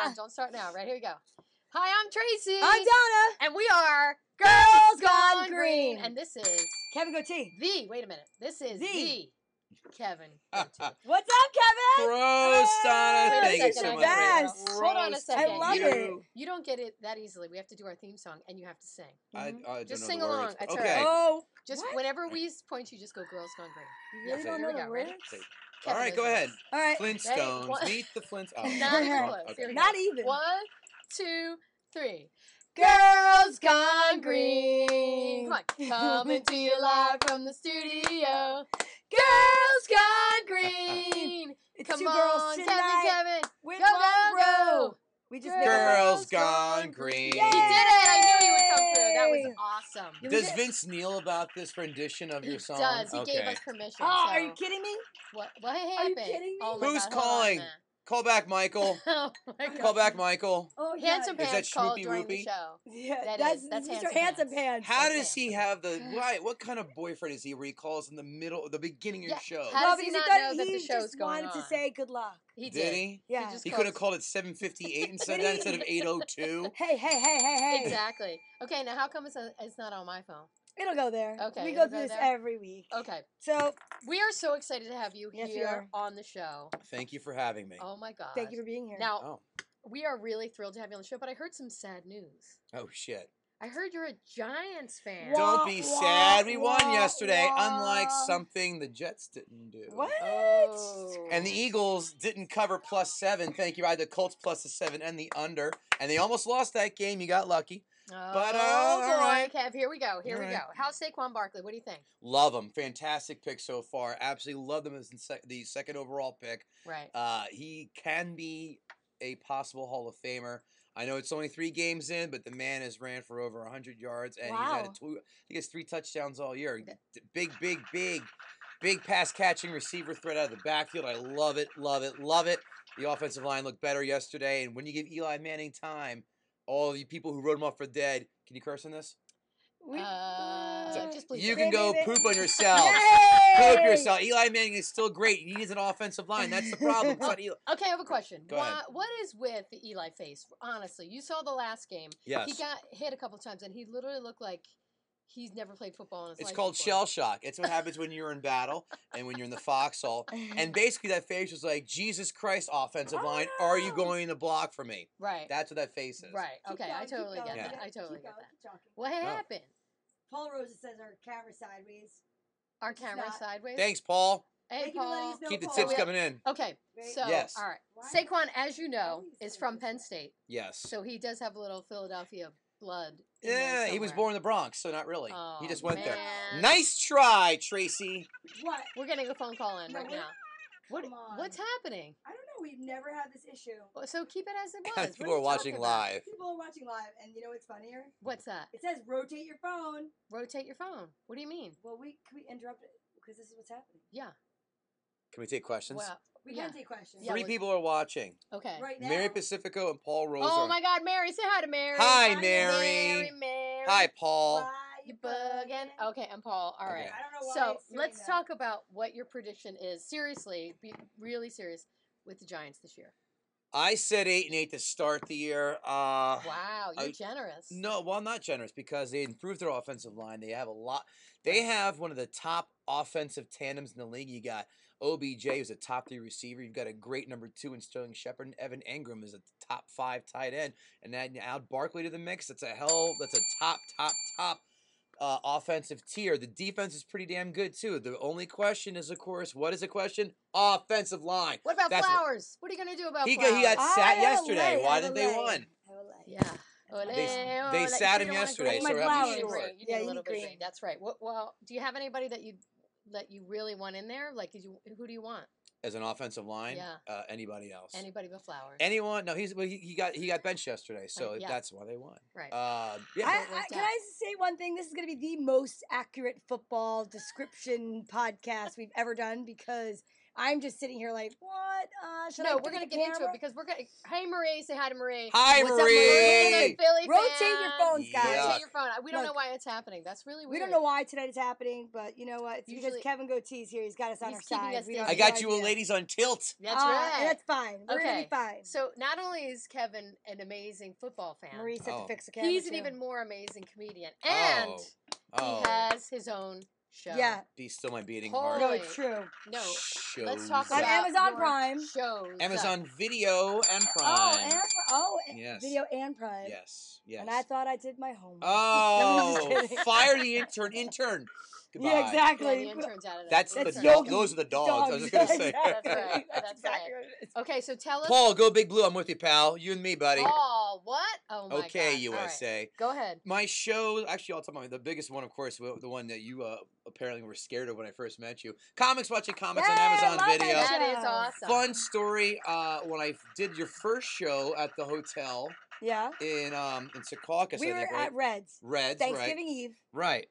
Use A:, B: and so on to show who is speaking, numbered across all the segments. A: Ah.
B: Uh, Don't start now. Right here we go. Hi, I'm Tracy.
A: I'm Donna.
B: And we are
A: Girls Gone Green.
B: And this is
A: Kevin Goatee.
B: the. Wait a minute. This is the,
A: The.
B: Kevin.
A: What's up, Kevin?
C: Prost, Donna.
A: Wait a
C: Thank you so
A: second,
C: much.
A: I
C: babe.
A: gotta- Yes.
B: Hold on a
C: Prost
B: second.
A: I love
C: you.
A: it.
B: You don't get it that easily. We have to do our theme song, and you have to sing.
C: I, I
A: Mhm.
C: don't
B: Just
C: know
B: sing
C: the
B: along.
C: words.
B: It's all
C: okay.
B: right.
A: Oh,
B: Just
A: What?
B: whenever we s- point you, just go Girls Gone Green.
A: you really
C: Okay.
A: don't
B: Here
A: know
B: we
A: the
B: go, ready?
A: words?
C: All
B: Kevin
C: right,
B: knows
C: go
B: the
C: ahead.
A: All right.
C: Flintstones,
B: What?
C: meet the Flintstones. Oh,
B: Not even
C: okay.
B: close. Here we go.
A: Not even.
B: One, two, three.
A: Girls gone
B: Come
A: green.
B: on. Coming to you live from the studio.
A: Girls
B: Gone Green.
A: It's
B: Come
A: two
B: on,
A: girls
B: Kevin,
A: tonight
B: Kevin.
A: with
B: Go, go,
A: Monroe.
B: go.
A: We just
B: Girls.
A: made a-
C: Girls gone green.
A: Yay.
B: He did it. I knew he would come through. That was
A: Yay.
B: awesome.
A: You
C: Does
A: did it.
C: Vince kneel about this rendition of
B: He
C: your song?
B: does. He
C: okay.
B: gave us permission.
A: Oh, are you
B: so-
A: kidding me?
B: What, what happened?
A: you kidding me?
B: Oh my
C: Who's
B: God, hold on a
C: calling?
B: minute.
C: Call back Michael.
B: oh my God.
C: Call back Michael.
A: Oh, yeah.
B: Handsome
C: Is that
B: Pants called
C: Shmoopy
B: during the
C: Whoopy?
B: show.
A: Yeah,
B: That
A: that's,
B: is- that's
A: Mr.
B: Handsome
A: Handsome
B: Pants.
A: Pants.
C: How
B: Okay.
C: does he have the why? What kind of boyfriend is he? Where he calls in the middle, the beginning of your
B: Yeah,
C: show?
B: how- does he
A: because
B: not
A: thought-
B: know that the
A: he
B: show's
A: just
B: going
A: wanted
B: on?
A: to say good luck.
B: He
C: did
B: did.
C: he?
A: Yeah.
B: just
C: He
B: called-
C: could have called it 7:58 and said that instead of 8:02.
A: Hey, hey, hey, hey, hey.
B: Exactly. Okay, now how come it's, a, it's not on my phone?
A: It'll go there.
B: Okay,
A: We
B: it'll go
A: go through this
B: there.
A: every week.
B: Okay,
A: So
B: we are so excited to have you
A: Yes, we
B: here
A: are.
B: on the show.
C: Thank you for having me.
B: Oh my God.
A: thank you for being here.
B: Now,
C: Oh,
B: we are really thrilled to have you on the show, but I heard some sad news.
C: oh shit.
B: I heard you're a Giants fan.
A: Wha-
C: Don't be
A: Wah,
C: sad. We
A: wah,
C: won yesterday,
A: wah.
C: unlike something the Jets didn't do.
A: what?
B: Oh.
C: And the Eagles didn't cover plus seven. Thank you. I had the Colts plus the seven and the under. And they almost lost that game. You got lucky. but, uh,
B: oh, boy,
C: all right.
B: Kev, here we go. Here
C: All
B: we
C: right.
B: go. How's Saquon Barkley? What do you think?
C: Love them. Fantastic pick so far. Absolutely love them as the sec- the second overall pick.
B: Right.
C: Uh, he can be a possible Hall of Famer. I know it's only three games in, but the man has ran for over 100 yards, and he's
A: Wow.
C: had a two, he has three touchdowns all year.
B: Th-
C: D- Big, big, big, big pass catching receiver threat out of the backfield. I love it, love it, love it. The offensive line looked better yesterday, and when you give Eli Manning time, all the people who wrote him off for dead, can you curse on this?
A: We,
B: Uh, just please
C: You
B: don't.
C: can go
A: Baby,
C: poop
A: baby.
C: on yourself.
A: Yay!
C: Poop yourself. Eli Manning is still great. He needs an offensive line. That's the problem. It's not Eli-
B: Okay, I have a question.
C: Go
B: Why,
C: ahead.
B: what is with the Eli face? Honestly, you saw the last game.
C: Yes.
B: He got hit a couple times, and he literally looked like he's never played football in his
C: It's
B: life.
C: called
B: before.
C: shell shock. It's what happens when you're in battle and when you're in the foxhole. And basically, that face was like, Jesus Christ, offensive line, are you
A: Oh.
C: going to block for me?
B: Right.
C: That's what that face is.
B: right.
A: Keep
B: Okay, I
A: going, keep
B: totally
A: going,
B: get that.
A: keep
B: I totally get
A: going, keep
B: that.
A: going, keep
B: What
C: No.
B: happened?
A: going. Paul Rosa says our camera sideways.
B: Our
A: It's
B: camera
A: not-
B: sideways.
C: Thanks, Paul.
B: Hey,
A: Thank you for letting
B: Paul.
A: us know,
C: Keep the
A: Paul.
C: tips
B: we-
C: coming in.
B: Okay,
A: Right?
B: so
C: Yes.
B: all right.
A: Why?
B: Saquon, as you know,
A: do you
B: is
A: say
B: from
A: this
B: Penn
A: way?
B: State,
C: Yes.
B: so he does have a little Philadelphia blood. in there
C: Yeah, he was
B: somewhere.
C: born in the Bronx, so not really.
B: Oh,
C: he just went
B: man.
C: there. Nice try, Tracy.
A: What?
B: We're getting a phone call in
A: No,
B: right
A: we're-
B: now. What,
A: Come on.
B: what's happening?
A: I don't know. We've never had this issue.
B: Well, So keep it as it was. What
C: People are
B: you
C: watching
B: talking about?
C: live.
A: People are watching live, and you know what's funnier?
B: What's that?
A: It says rotate your phone.
B: Rotate your phone. What do you mean?
A: Well, we can we interrupt it because this is what's happening.
B: Yeah.
C: Can we take questions?
B: Well,
A: We
B: Yeah.
A: can take questions.
B: Yeah,
C: Three
B: we-
C: people are watching
B: okay.
A: Right now.
C: Mary Pacifico and Paul Rosa.
B: Oh my God, Mary! Say hi to Mary.
C: Hi,
A: Hi,
C: Mary.
B: Mary, Mary.
C: Hi, Paul.
A: Why
B: You bugging? Okay, I'm Paul. All right.
C: Okay.
A: I don't know why.
B: So
A: it's doing
B: let's
A: that.
B: talk about what your prediction is. Seriously, be really serious with the Giants this year.
C: I said eight and eight to start the year. Uh,
B: Wow, you're
C: I-
B: generous.
C: No, well, not generous because they improved their offensive line. They have a lot. They have one of the top offensive tandems in the league. You got OBJ, who's a top three receiver. You've got a great number two in Sterling Shepard. And Evan Engram is a top five tight end. And then you add Barkley to the mix. That's a hell. That's a top, top, top uh, offensive tier. The defense is pretty damn good too. The only question is, of course, what is the question? Offensive line.
B: What about
C: That's what-
B: flowers? What are you gonna do about
C: He
B: flowers?
C: got- he got
A: I have
C: sat
A: a
C: yesterday.
A: lay,
C: Why
A: I have
C: didn't
A: a
C: they
A: lay.
C: won?
A: I have a lay.
B: Ah, yeah. Ole,
A: They s-
C: they
B: ole. You
C: sat
B: didn't
C: him
B: want a
C: yesterday,
B: green.
A: so we're
B: You
A: happy
B: needed
A: she
B: green.
A: won.
B: You need
A: Yeah,
B: a little
A: you need
B: bit of green.
A: green.
B: That's right. What, well, do you have anybody that you that you really want in there? Like, did you who do you want?
C: As an offensive line,
B: Yeah.
C: uh, anybody else?
B: Anybody but flowers?
C: Anyone? No, he's well, he, he got he got benched yesterday, so
B: yeah.
C: that's why they won.
B: right.
C: Uh,
A: Uh, I,
C: yeah,
B: it
A: I,
B: worked
A: can
B: out.
A: I say one thing? This is going to be the most accurate football description podcast we've ever done because I'm just sitting here like, what? Uh, should I
B: no,
A: look
B: we're
A: at
B: gonna
A: the
B: get into it
A: camera?
B: because we're gonna. Hey, Marie, say hi to Marie.
C: Hi,
A: What's up,
C: Marie.
A: Marie?
B: Hey, Philly
A: Rotate your
B: fan.
A: phones, guys.
C: Yeah.
B: Rotate your phone. We don't know
A: Look.
B: why it's happening. That's really weird.
A: We don't know why tonight it's happening, but you know what? It's
B: Usually-
A: because Kevin Goatee's here. He's got us on
B: He's
A: our
B: keeping
A: side.
B: us
A: We don't
C: I
B: have
A: have no
C: got you a
A: idea.
C: ladies on tilt.
B: That's
A: Ah,
B: right.
A: and That's fine. We're gonna
B: Okay.
A: be fine.
B: so not only is Kevin an amazing football fan,
A: Marie said
C: Oh.
A: to fix the camera.
B: he's an
A: too.
B: even more amazing comedian, and
C: Oh.
B: he has his own show.
A: Yeah.
C: These still my beating
B: Holy
C: heart.
A: No, it's true.
B: No.
C: Shows
B: Let's talk
A: On
B: about
A: Amazon
B: your
A: Prime.
B: Shows
C: Amazon Video and Prime.
A: Oh, and Pri- oh, and-
C: Yes.
A: video and Prime.
C: Yes. Yes.
A: And I thought I did my homework. No, I'm
C: Oh,
A: just kidding.
C: fire the intern. Intern. Goodbye.
A: yeah,
B: Yeah, the
A: exactly.
B: intern's out of that.
C: That's,
A: That's
C: the
A: a
C: dog.
A: dog-
C: Those are the dogs. I was just gonna
A: Dogs.
C: say.
B: That's right. That's
A: exactly what it is.
B: Okay, so tell us.
C: Paul, go Big Blue. I'm with you, pal. You and me, buddy.
B: Oh, what? Oh my
C: okay,
B: God. All right,
C: USA.
B: Go ahead.
C: My show, actually, I'll talk about the biggest one, of course, wa- the one that you uh, apparently were scared of when I first met you. Comics watching comics on
A: Yay,
C: Amazon
A: love that
C: Video.
A: show.
B: That is awesome.
C: uh, Fun story. Uh, when I did your first show at the hotel
A: Yeah.
C: in um in Secaucus,
A: we
C: I
A: were
C: think, right?
A: at Reds.
C: Reds, right?
A: Thanksgiving Eve.
C: Right.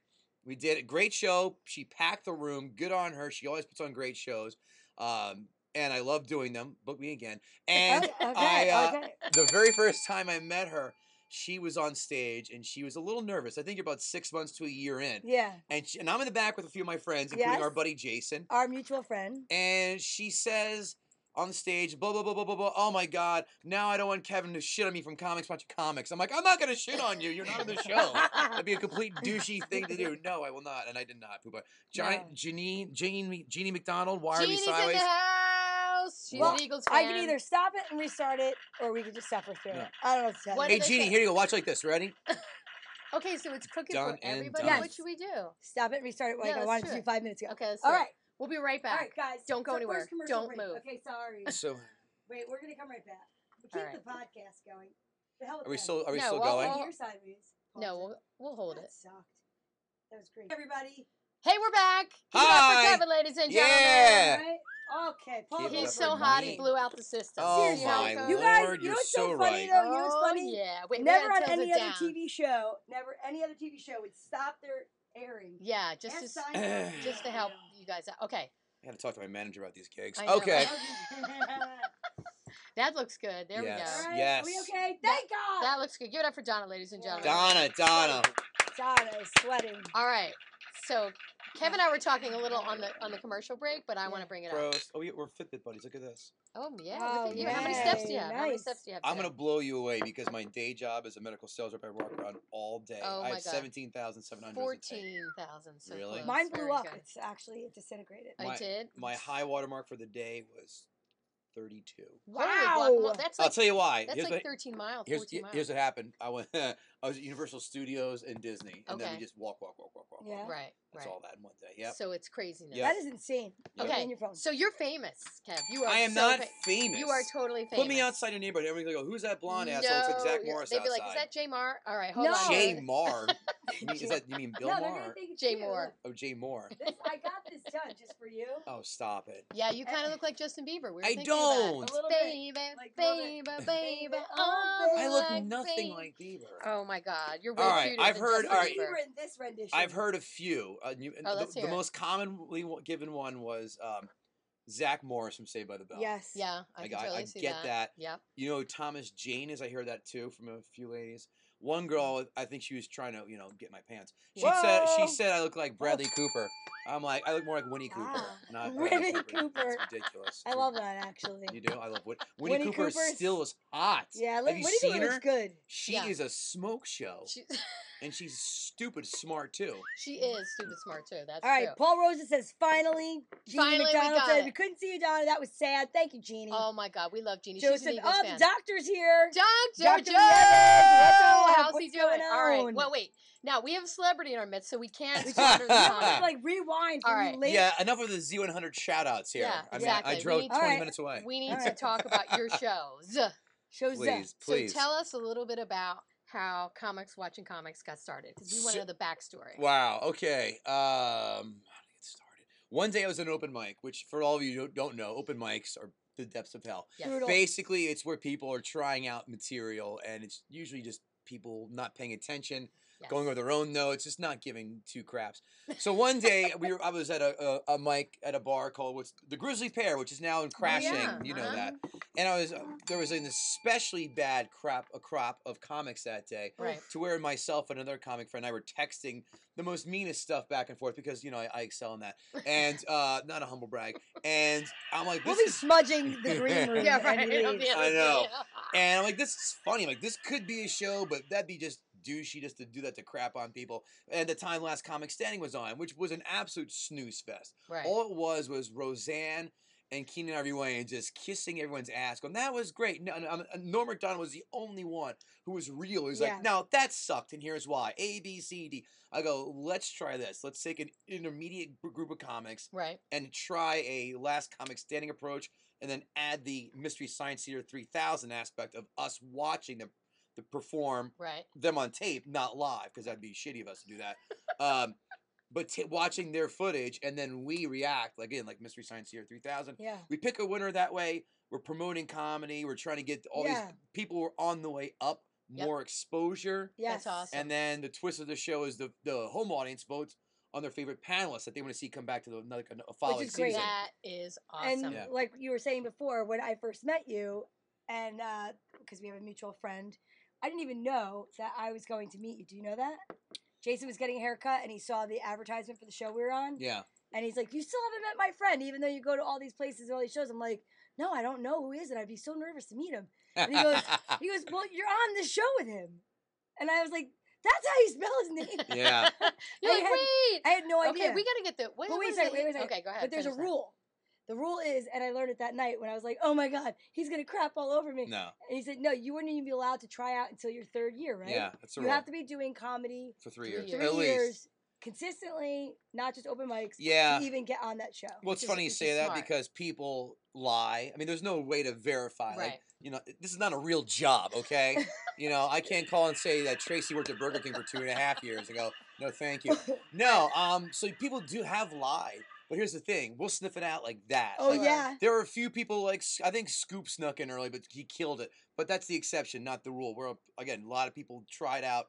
C: We did a great show. She packed the room. Good on her. She always puts on great shows. Um, and I love doing them. Book me again. And
A: okay, okay,
C: I, uh,
A: okay.
C: the very first time I met her, she was on stage and she was a little nervous. I think about six months to a year in.
A: Yeah.
C: And, she, and I'm in the back with a few of my friends, including our
A: Yes.
C: buddy Jason.
A: Our mutual friend.
C: And she says on stage, blah, blah, blah, blah, blah, blah. Oh my God. Now I don't want Kevin to shit on me from comics, bunch of comics. I'm like, I'm not going to shit on you. You're not on the show. That'd be a complete douchey thing to do. No, I will not, and I did not. Poo Johnny,
A: No.
C: Janine, Jeannie, Jeannie McDonald, Wire Me
B: Jeannie's in
C: Sideways.
B: the house. She's
A: Well,
B: an Eagles fan.
A: I can either stop it and restart it, or we can just suffer through
C: Yeah.
A: it. I don't know what to tell
B: What
A: you.
C: Hey
B: do they
C: Jeannie,
B: say?
C: here you go. Watch like this. Ready?
B: Okay, so it's crooked
C: Done
B: for
C: and
B: everybody.
A: done.
B: What should we do?
A: Stop it and restart it like
B: Yeah,
A: I
B: let's
A: wanted
B: do
A: to do
B: it.
A: five minutes ago.
B: Okay, let's do
A: All
B: it.
A: right.
B: We'll be right back.
A: All right, guys.
B: Don't go
A: So
B: anywhere.
A: first commercial
B: Don't
A: break.
B: move.
A: Okay, sorry.
C: So
A: Wait, we're gonna come right back. But
B: All
A: keep the podcast going. The hell with
C: are we
A: them.
C: still are we
B: No,
C: still
B: well,
C: going?
B: well-
A: On your sideways.
B: No, we'll, we'll hold
A: that
B: it.
A: sucked. That was great. Everybody.
B: Hey, we're back. Give it up for
C: Hi.
B: Kevin, ladies and gentlemen.
C: Yeah.
A: Right? Okay. Paul.
C: Give it
B: He's
C: up
B: so
C: for
B: hot,
C: me.
B: he blew out the system.
C: Oh
B: You know how
C: my
B: it goes?
A: You guys,
C: Lord,
A: you
C: you're
A: know what's
C: so
A: so funny
C: right.
A: though? You know what's
B: Oh,
A: funny?
B: Yeah. Wait, we
A: Never
B: gotta
A: on
B: tilt
A: any
B: it
A: other
B: down.
A: TV show, never any other TV show would stop their airing.
B: Yeah, just
A: And
B: to, s-
A: Seinfeld.
B: just to help you guys out. Okay,
C: I gotta talk to my manager about these gigs.
B: I know,
C: Okay.
B: right? that looks good. There
C: Yes.
B: we go.
A: All right, Are we
C: Yes.
A: okay? Thank
B: That
A: God.
B: looks good. Give it up for Donna, ladies and
A: Yeah.
B: gentlemen.
C: Donna, Donna.
A: Donna is sweating.
B: All right. So Kevin and I were talking a little on the on the commercial break, but I want
A: Yeah.
B: to bring it up.
C: Gross. Oh, yeah, we're fitbit buddies. Look at this.
B: Oh yeah.
A: Oh,
B: look at you. How many steps do you have? How many
A: nice.
B: steps do you have?
C: I'm
B: today?
C: gonna blow you away because my day job as a medical sales rep, I walk around all day.
B: Oh
C: I
B: my
C: have
B: God.
C: seventeen thousand seven hundred.
B: fourteen thousand. So
C: Really?
B: close.
A: Mine blew
B: Very
A: up.
B: good. Uh,
A: It's actually it disintegrated.
B: I
C: My-
B: did.
C: My high watermark for the day was thirty-two.
B: Holy guac-
A: Wow.
B: that's
C: I'll
B: like
C: tell you why.
B: that's
C: Here's
B: like
C: what-
B: thirteen miles.
C: Here's,
B: Fourteen
C: he-
B: miles.
C: here's what happened. I went. I was at Universal Studios and Disney, and then
B: Okay.
C: we just walk, walk, walk, walk, walk.
A: Yeah.
C: walk.
B: Right. Right.
C: That's all that in one day. Yep.
B: So it's craziness.
C: Yep.
A: That is insane.
C: Yep.
A: Put it
B: Okay.
A: In your phone.
B: So you're famous, Kev. You are.
C: I am
B: so
C: not
B: fa-
C: famous.
B: You are totally famous.
C: Put me outside your neighborhood. Everyone's gonna go, "Who's that blonde asshole?" It's like Zach
B: No,
C: Morris
B: They'd be
C: outside.
B: like, "Is that Jay Marr?" All right, hold on.
A: No.
C: Jay
B: Jay-
C: Marr? You mean- is that you mean Bill
A: no, they're gonna
C: Marr?
A: think it's
B: Jay
A: you.
B: Moore.
A: Look,
C: Oh, Jay Moore.
A: This, I got this done just for you.
C: Oh, stop it.
B: Yeah, you kind of look like Justin Bieber. We were
C: I
B: thinking about it.
C: don't.
A: A little bit.
B: Baby,
A: Like, a little
B: baby, baby,
A: Baby,
B: oh,
A: oh,
C: I look
B: like
C: nothing
B: baby.
C: like Bieber.
B: Oh my God, you're way
C: All right,
B: cuter
C: I've
B: than
C: heard-
B: Justin
C: all right.
A: You were
B: Bieber.
A: in this rendition.
C: I've heard a few. Uh, you, and
B: Oh,
C: the,
B: let's
C: the
B: hear it.
C: most commonly w- given one was um, Zach Morris from Saved by the Bell.
A: Yes.
B: Yeah, I,
C: I
B: can
C: got- I
B: totally see
C: get that.
B: Yep.
C: You know, Thomas Jane is. I hear that too from a few ladies. One girl,
B: Mm.
C: I think she was trying to, you know, get my pants. She said,
A: Whoa.
C: she said I look like Bradley Cooper. I'm like, I look more like Winnie Cooper,
B: Ah,
A: Wow.
C: not Bradley
A: Winnie Cooper.
C: That's ridiculous.
A: I
C: Dude,
A: love that actually.
C: You do? I love Winnie. Winnie,
A: Winnie
C: Cooper
A: Cooper's-
C: still is hot.
A: Yeah,
C: Have
A: look,
C: you
A: Winnie
C: seen
A: Cooper looks
C: her?
A: good.
C: She
B: Yeah.
C: is a smoke show,
B: She,
C: and she's stupid smart too.
B: she is stupid smart too. That's
A: All right,
B: true.
A: Paul Rosa says finally. Jeannie
B: Finally, we
A: McDonald
B: got
A: said
B: it.
A: we couldn't see you, Donna. That was sad. Thank you, Jeannie.
B: Oh my God, we love Jeannie. She's
A: Joseph,
B: an Eagles
A: oh,
B: fan.
A: the doctor's here.
B: Doctor
A: Dr.
B: Joe,
A: Evans, what's up?
B: Oh, how's he
A: What's
B: doing?
A: going
B: All right.
A: on?
B: Well, wait. Now we have a celebrity in our midst, so we can't.
C: We
B: do another
C: don't have
A: I'm gonna,
B: song.
A: like rewind for
B: All
A: you
B: right.
A: late.
C: Yeah, enough of the Z100 shout outs here.
B: Yeah,
C: I mean,
B: exactly.
C: I
B: We
C: drove
B: need-
C: 20
A: Alright.
C: minutes away.
B: We need
A: All
B: to
A: right.
B: talk about your shows.
A: Shows that.
C: Please, please.
B: So tell us a little bit about how comics watching comics got started because we want to know
C: So-
B: the backstory.
C: Wow. Okay. Um, how to get started? One day I was at an open mic, which for all of you who don't know, open mics are the depths of hell.
B: Yes.
A: Brutal.
C: Basically, it's where people are trying out material, and it's usually just people not paying attention. going over
B: Yes.
C: their own notes, just not giving two craps. So one day we were, I was at a, a, a mic at a bar called what's the Grizzly Pear, which is now in crashing.
B: Oh, yeah,
C: you know
B: uh-huh.
C: that. And I was uh, there was an especially bad crop a crop of comics that day.
B: Right.
C: To where myself and another comic friend I were texting the most meanest stuff back and forth because you know I, I excel in that and uh, not a humble brag. And I'm like,
A: We'll
C: this
A: be
C: is
A: smudging the green room.
B: Yeah,
A: and
B: right.
A: leaves.
B: on the
C: I
B: other
C: know.
B: side, yeah.
C: And I'm like, this is funny. I'm like, this could be a show, but that'd be just douchey just to do that to crap on people. And the time Last Comic Standing was on, which was an absolute snooze fest.
B: Right.
C: All it was was Roseanne and Keenan Ivory Wayne just kissing everyone's ass. Going, that was great. No, no, um, Norm MacDonald was the only one who was real. He was
A: Yeah.
C: like, no, that sucked, and here's why. A, B, C, D. I go, let's try this. Let's take an intermediate gr- group of comics
B: right.
C: and try a last comic standing approach and then add the mystery science theater 3000 aspect of us watching them the perform
B: Right.
C: them on tape not live because that'd be shitty of us to do that um, but t- watching their footage and then we react like, again like mystery science theater 3000
A: Yeah.
C: we pick a winner that way we're promoting comedy we're trying to get all
A: Yeah.
C: these people who are on the way up
B: Yep.
C: more exposure
A: Yes.
B: awesome.
C: and then the twist of the show is the, the home audience votes on their favorite panelists that they want to see come back to the another, a following
A: is great.
C: season.
B: That is awesome.
A: And
C: Yeah.
A: like you were saying before, when I first met you, and because we have a mutual friend, I didn't even know that I was going to meet you. Do you know that? Jason was getting a haircut, and he saw the advertisement for the show we were on,
C: Yeah.
A: and he's like, "You still haven't met my friend, even though you go to all these places and all these shows." I'm like, "No, I don't know who he is, and I'd be so nervous to meet him." And he goes, He goes, "Well, you're on the show with him," and I was like, "That's how you spell his name."
C: yeah.
B: You're
A: I
B: like,
A: had-
B: wait.
A: I had no idea.
B: okay, we gotta get the. Wait,
A: But
B: what
A: wait a
B: is
A: second,
B: it?
A: wait, wait a second.
B: Okay, go ahead.
A: But there's a
B: finish that.
A: rule. The rule is, and I learned it that night when I was like, "Oh my god, he's gonna crap all over me."
C: No.
A: And he said, "No, you wouldn't even be allowed to try out until your third year, right?
C: Yeah. That's a
A: you
C: rule.
A: have to be doing comedy
C: for three,
B: three
C: years.
B: years.
A: three
C: At least.
A: years consistently, not just open mics.
C: Yeah.
A: to even get on that show.
C: Well, it's
B: is-
C: funny you
B: which
C: say
B: is
C: that
B: smart.
C: because people lie. I mean, there's no way to verify.
B: Right.
C: Like, you know, this is not a real job, okay? you know, I can't call and say that Tracy worked at Burger King for two and a half years and go, no, thank you. No, um, so people do have lied. But here's the thing we'll sniff it out like that.
A: oh
C: Like,
A: yeah,
C: There were a few people like S- I think Scoop snuck in early, but he killed it. But that's the exception, not the rule. Where again, a lot of people tried out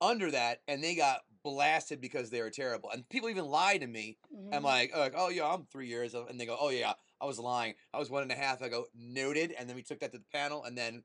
C: under that and they got blasted because they were terrible. And people even lied to me. I'm
A: Mhm.
C: like, oh, like, oh yeah, I'm three years, old," and they go, oh yeah, I was lying. I was one and a half. I go noted, and then we took that to the panel, and then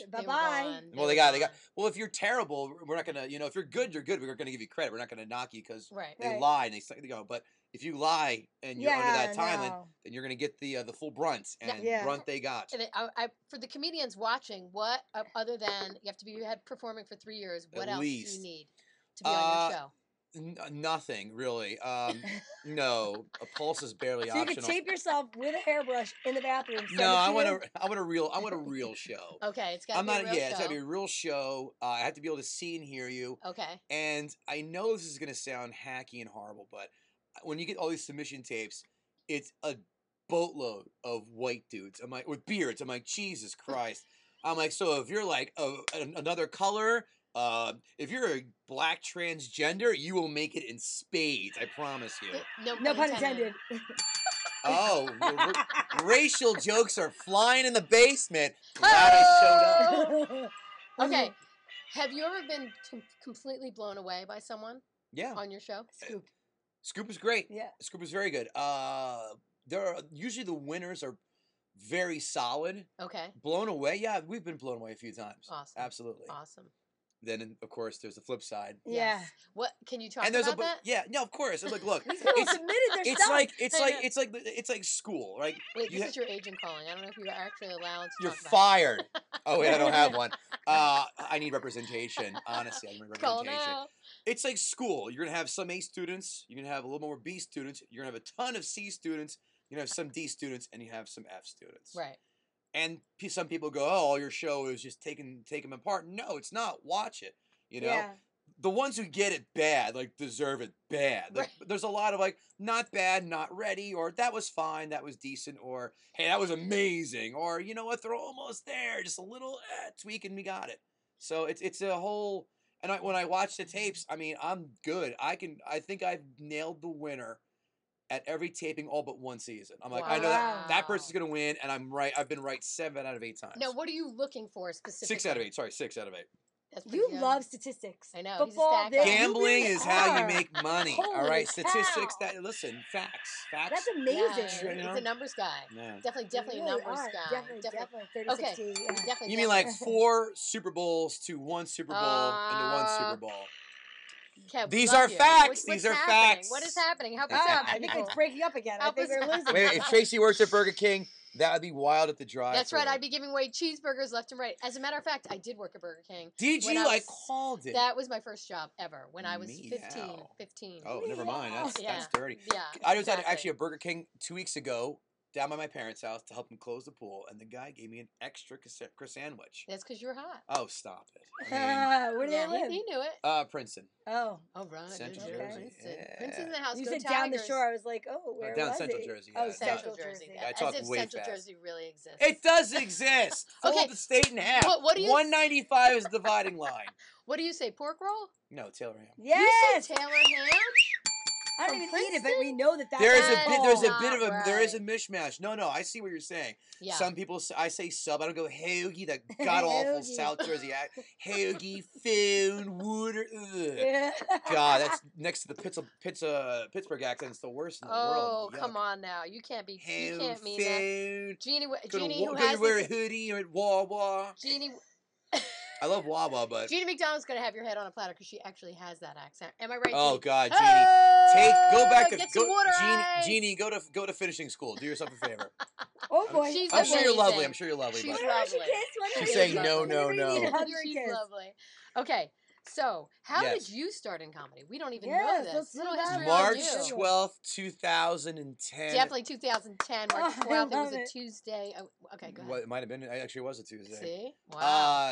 B: They
A: bye
B: were
A: bye.
B: gone,
C: well,
B: were
C: they got, they got.
B: gone.
C: Well, if you're terrible, we're not gonna, you know, if you're good, you're good. We're gonna give you credit. We're not gonna knock you because
B: Right.
C: they
A: Right.
C: lie and they suck. They go, but if you lie and you're
A: yeah,
C: under that timeline,
A: no.
C: then you're gonna get the uh, the full brunt
B: Yeah.
C: and
A: Yeah.
C: brunt they got.
B: And it- I, I, for the comedians watching, what o- other than you have to be you had performing for three years, what else do
C: least.
B: you need to be on your
C: Uh,
B: show?
C: N- uh, nothing really. Um, no, a pulse is barely
A: So you could
C: optional.
A: tape yourself with a hairbrush in the Oh, bathroom. send
C: no,
A: it
C: I
A: to
C: want
A: him.
C: a, I want a real, I want a real show.
B: Okay, it's got.
C: I'm not.
B: A
C: Yeah,
B: real
C: it's
B: show.
C: gotta be a real show. Uh, I have to be able to see and hear you.
B: Okay.
C: And I know this is gonna sound hacky and horrible, but uh, when you get all these submission tapes, it's a boatload of white dudes. I'm like with beards. I'm like Jesus Christ. I'm like so if you're like a, an- another color. Uh, if you're a black transgender, you will make it in spades. I promise you.
B: No,
A: No pun intended.
C: Oh, r- r- racial jokes are flying in the basement. Glad I showed up.
B: Okay.
A: Mm-hmm.
B: Have you ever been com- completely blown away by someone
C: Yeah,
B: on your show?
A: Scoop.
C: Scoop is great.
A: Yeah.
C: Scoop is very good. Uh, there are usually the winners are very solid.
B: Okay.
C: Blown away, yeah, we've been blown away a few times.
B: Awesome.
C: Absolutely.
B: Awesome.
C: Then of course there's the flip side.
A: Yeah.
B: Yes. What can you talk
C: and there's
B: about
C: a bu-
B: that?
C: yeah, no, of course. It's like look,
A: These people
C: It's-
A: submitted their
C: it's
A: stuff.
C: like it's
B: I
C: like
B: know.
C: it's like the- it's like school, right?
B: Wait,
C: you
B: this
C: ha-
B: is your agent calling. I don't know if you're actually allowed to
C: You're
B: talk about.
C: fired. Oh wait, I don't have one. Uh, I need representation. Honestly, I need
B: it. Call
C: representation.
B: now.
C: it's like school. You're gonna have some A students, you're gonna have a little more B students, you're gonna have a ton of C students, you're gonna have some D students, and you have some F students.
B: Right.
C: And p- some people go, "Oh, all your show is just taking take them apart." No, it's not. Watch it. You know,
A: Yeah.
C: the ones who get it bad, like deserve it bad. Like,
B: Right.
C: but There's a lot of like, not bad, not ready, or that was fine, that was decent, or hey, that was amazing, or you know what, they're almost there, just a little eh, tweak and we got it. So it's it's a whole. And I, when I watch the tapes, I mean, I'm good. I can. I think I've nailed the winner at every taping, all but one season. I'm like, I know that that
B: Wow.
C: person's gonna win, and I'm right. I've been right seven out of eight times.
B: Now, what are you looking for specifically?
C: six out of eight. Sorry, six out of eight.
B: That's pretty um,
A: You
B: good.
A: love statistics.
B: I know, he's a
A: Football,
B: stat
A: this,
B: guy.
A: you
C: Gambling
A: really
C: is how you
A: are.
C: make money. all
A: Holy
C: right, statistics.
A: cow.
C: That listen, facts, facts.
A: That's
B: Yeah,
A: amazing.
C: Sure.
B: he's a numbers guy.
C: Yeah.
B: Definitely,
A: You
B: definitely
A: really
B: a numbers
A: are.
B: guy.
A: Definitely, definitely. 30,
B: Okay.
A: 60,
B: Definitely,
A: yeah.
B: definitely.
C: You mean like
A: Definitely.
C: four Super Bowls to one Super Bowl and to one
B: Uh,
C: Super Bowl?
B: Kev, we
C: These
B: love
C: are
B: you.
C: facts.
B: What's-
C: These
B: what's
C: are
B: happening? What is
C: facts.
B: happening? Help us out.
A: Stop. I think it's
B: people.
A: breaking up again. I
B: Help
A: think
B: us
A: we're
B: out.
A: losing.
C: Wait, if Tracy worked at Burger King, that would be wild at the drive.
B: That's right. I'd be giving away cheeseburgers left and right. As a matter of fact, I did work at Burger King.
C: Did
B: when
C: you?
B: I
C: I
B: was-
C: called it.
B: That was my first job ever when I was 15.
C: Meow.
B: 15.
C: oh, never mind. That's
B: Yeah.
C: that's dirty.
B: Yeah.
C: I was at
B: exactly.
C: actually a Burger King two weeks ago down by my parents' house to help them close the pool, and the guy gave me an extra croissant croissant sandwich.
B: That's because you were hot.
C: Oh, stop it! I mean,
A: Ah, Where do
B: yeah,
A: they
B: he-
A: live?
B: he, knew it.
C: uh, Princeton.
A: Oh.
B: Oh, right.
C: Central
B: there's
A: Jersey,
B: Princeton.
C: yeah.
B: Princeton's in the house.
A: You
B: Go
A: said
B: Tigers.
A: down the shore. I was like, oh, where
C: down
A: was
C: Uh, central
A: it?
C: Jersey,
A: Oh,
C: yeah,
A: Central
B: Central
A: Jersey.
B: Jersey.
A: yeah.
C: I
B: As
C: talk
B: if
C: way
B: Central
C: fast.
B: Jersey really exists.
C: It does exist. Fold
B: Okay.
C: the state in half.
B: What- what do you-
C: One ninety five is the dividing line.
B: What do you say? Pork roll?
C: No, Taylor Ham.
B: You
A: Yes.
B: say Taylor ham?
A: I don't
B: from
A: even eat it, but we
B: Princeton?
A: know that that's
C: There is
B: That's
C: a bit. There's a
B: not
C: bit of a. There is a
B: right.
C: mishmash. No, no. I see what you're saying.
B: Yeah.
C: Some people s- I say sub. I don't go hoagie, that god awful
A: Hoagie.
C: South Jersey act. Hoagie, food, water. Ugh.
A: Yeah.
C: God, that's next to the pizza, pizza, Pittsburgh accent. It's the worst in the
B: oh,
C: world.
B: come on now. You can't be. you can't mean that.
C: food.
B: Jeannie, wa-
C: Go to,
B: Jeannie
C: Wa-
B: who
C: go to
B: has
C: wear
B: this,
C: a hoodie or at Wawa.
B: Jeannie,
C: I love Wawa, but
B: Jeannie McDonald's gonna have your head on a platter because she actually has that accent. Am I right?
C: oh
B: Jeannie?
C: god, Jeannie,
B: Oh,
C: take go back to
B: get some
C: go,
B: water.
C: Jeannie,
B: eyes.
C: Jeannie, go to go to finishing school. Do yourself a favor.
A: Oh boy.
B: She's
C: I'm sure you're
B: amazing.
C: lovely. I'm sure you're lovely.
B: She's lovely.
C: but-
A: Why did she kiss? Why did
C: She's
A: she
C: saying
A: kiss?
C: no,
A: Why did
C: no,
A: we need
C: no.
A: a hug?
B: You're-
A: She
B: She's
A: kissed.
B: lovely. Okay, so how
C: Yes.
B: did you start in comedy? We don't even
A: Yes,
B: know
A: let's
B: this. Little
A: do that.
B: history
C: March
B: on you.
A: tw-
C: 12th, 2010.
B: Definitely 2010, March
A: Oh, I
B: 12th. It was
A: love
B: a
A: it.
B: Tuesday. Oh, okay, go ahead.
C: Well, it might have been. It actually was a Tuesday.
B: See? Wow.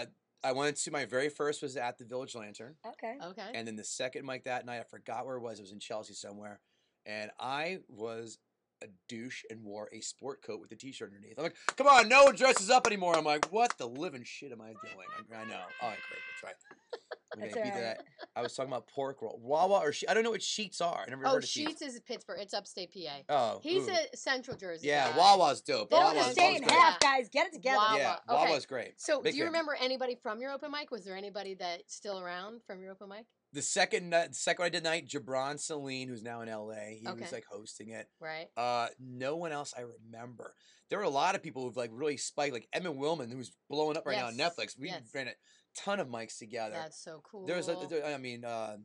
C: Uh, I went to my very first was at the Village Lantern,
A: Okay.
B: okay.
C: Uh, and then the second mic that night I forgot where it was. It was in Chelsea somewhere, and I was a douche and wore a sport coat with a t-shirt underneath. I'm like, come on, no one dresses up anymore. I'm like, what the living shit am I doing? I, I know. All right, great. That's right. I'm
A: That's
C: gonna
A: all
C: beat
A: right.
C: that. I was talking about pork roll, Wawa or she- I don't know what sheets are. I never
B: Oh,
C: heard of
B: Sheets is Pittsburgh. It's upstate PA.
C: Oh,
B: He's
C: ooh.
B: a Central Jersey.
C: yeah.
B: guy.
C: Wawa's dope.
A: They're
B: Wawa's
A: the
B: always
A: same
B: great.
A: half, guys. Get it together.
B: Wawa.
C: Yeah,
B: Okay.
C: Wawa's great.
B: So,
C: Big
B: do you
C: fan.
B: remember anybody from your open mic? Was there anybody that's still around from your open mic?
C: the second night, the second I did night, Jabron Celine, who's now in LA, he
B: Okay.
C: was like hosting it.
B: Right.
C: Uh, no one else I remember. There were a lot of people who've like really spiked, like Emma Willman, who's blowing up right now on
B: Yes,
C: Netflix. We
B: yes.
C: ran a ton of mics together.
B: That's so cool.
C: There's, a, there- I mean, uh,